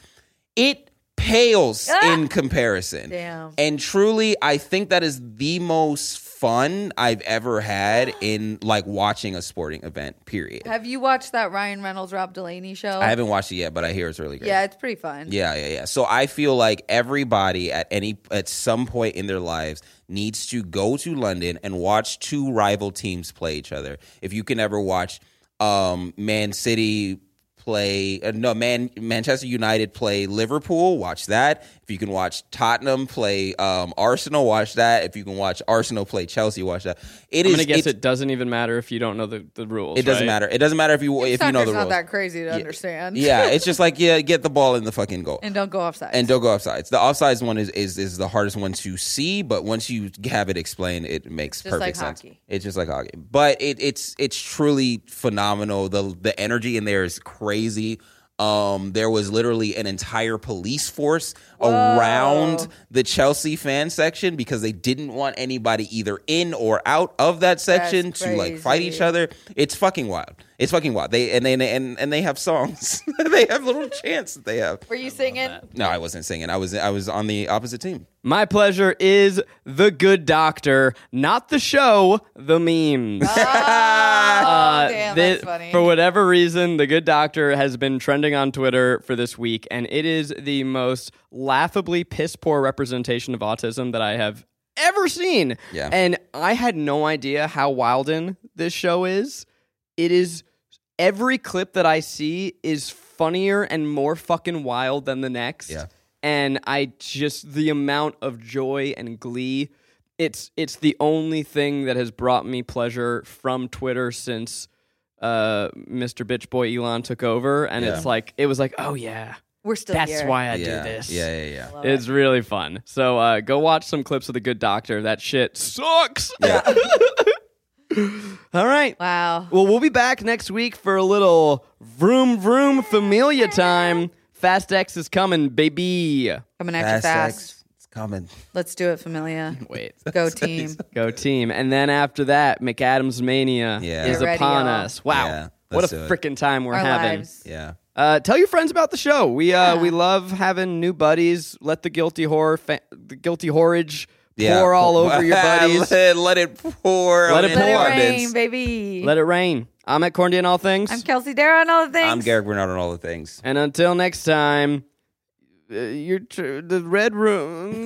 C: It pales in comparison.
B: Damn.
C: And truly, I think that is the most fun I've ever had in like watching a sporting event. Period.
B: Have you watched that Ryan Reynolds Rob Delaney show?
C: I haven't watched it yet, but I hear it's really great.
B: Yeah, it's pretty fun.
C: Yeah, yeah, yeah. So I feel like everybody at any at some point in their lives needs to go to London and watch two rival teams play each other. If you can ever watch um Man City play uh, no man Manchester United play Liverpool, watch that. If you can watch Tottenham play um Arsenal, watch that. If you can watch Arsenal play Chelsea, watch that. It
A: I'm
C: is-
A: gonna guess
C: it's-
A: it doesn't even matter if you don't know the, the rules.
C: it doesn't
A: right?
C: matter. It doesn't matter if you if you know
B: Soccer's
C: the
B: not
C: rules.
B: that crazy to understand.
C: yeah, it's just like yeah, get the ball in the fucking goal.
B: and don't go offside.
C: And don't go offsides. The offsides one is, is is the hardest one to see, but once you have it explained, it makes
B: just
C: perfect
B: like
C: sense.
B: hockey.
C: It's just like hockey, but it, it's it's truly phenomenal. the The energy in there is crazy. Um, there was literally an entire police force around the Chelsea fan section because they didn't want anybody either in or out of that section to like fight each
B: crazy.
C: other. It's fucking wild. It's fucking wild. They and they and and they have songs. they have little chants that they have.
B: Were you singing?
C: No, I wasn't singing. I was I was on the opposite team.
A: My pleasure is The Good Doctor, not the show, the memes.
B: Oh,
A: Uh,
B: damn,
A: thi-
B: that's funny.
A: For whatever reason, The Good Doctor has been trending on Twitter for this week, and it is the most laughably piss poor representation of autism that I have ever seen.
C: Yeah.
A: And I had no idea how wildin this show is. It is every clip that I see is funnier and more fucking wild than the next.
C: Yeah.
A: And I just the amount of joy and glee. It's it's the only thing that has brought me pleasure from Twitter since uh, Mr. Bitch Boy Elon took over, and
C: Yeah.
A: it's like it was like, oh yeah,
B: We're still
A: that's
B: here.
A: why I
C: yeah.
A: do this.
C: Yeah, yeah, yeah.
A: It's really fun. So uh, go watch some clips of The Good Doctor. That shit sucks. All right.
B: Wow.
A: Well, we'll be back next week for a little vroom vroom familia time. Fast X is coming, baby.
B: Coming at you fast.
C: It's coming.
B: Let's do it, Familia.
A: Wait.
B: Go team.
A: Go team. And then after that, McAdams Mania
C: Yeah.
A: is
B: Get ready,
A: upon
B: y'all.
A: us. Wow.
C: Yeah,
A: what a
C: let's do it.
A: freaking time we're
B: Our
A: having.
B: lives.
C: Yeah.
A: Uh, tell your friends about the show. We uh, we love having new buddies. Let the guilty horror fa- the guilty horage
C: Yeah.
A: pour all over your buddies.
C: let, let it pour.
A: Let
C: on
A: it pour.
B: Let
C: in
A: Poor.
B: it
C: abundance.
B: rain, baby.
A: Let it rain. I'm at Corndy and all things.
B: I'm Kelsey Dara on all the things.
C: I'm Garrick Bernard on all the things.
A: and until next time, uh, you're tr- the red room.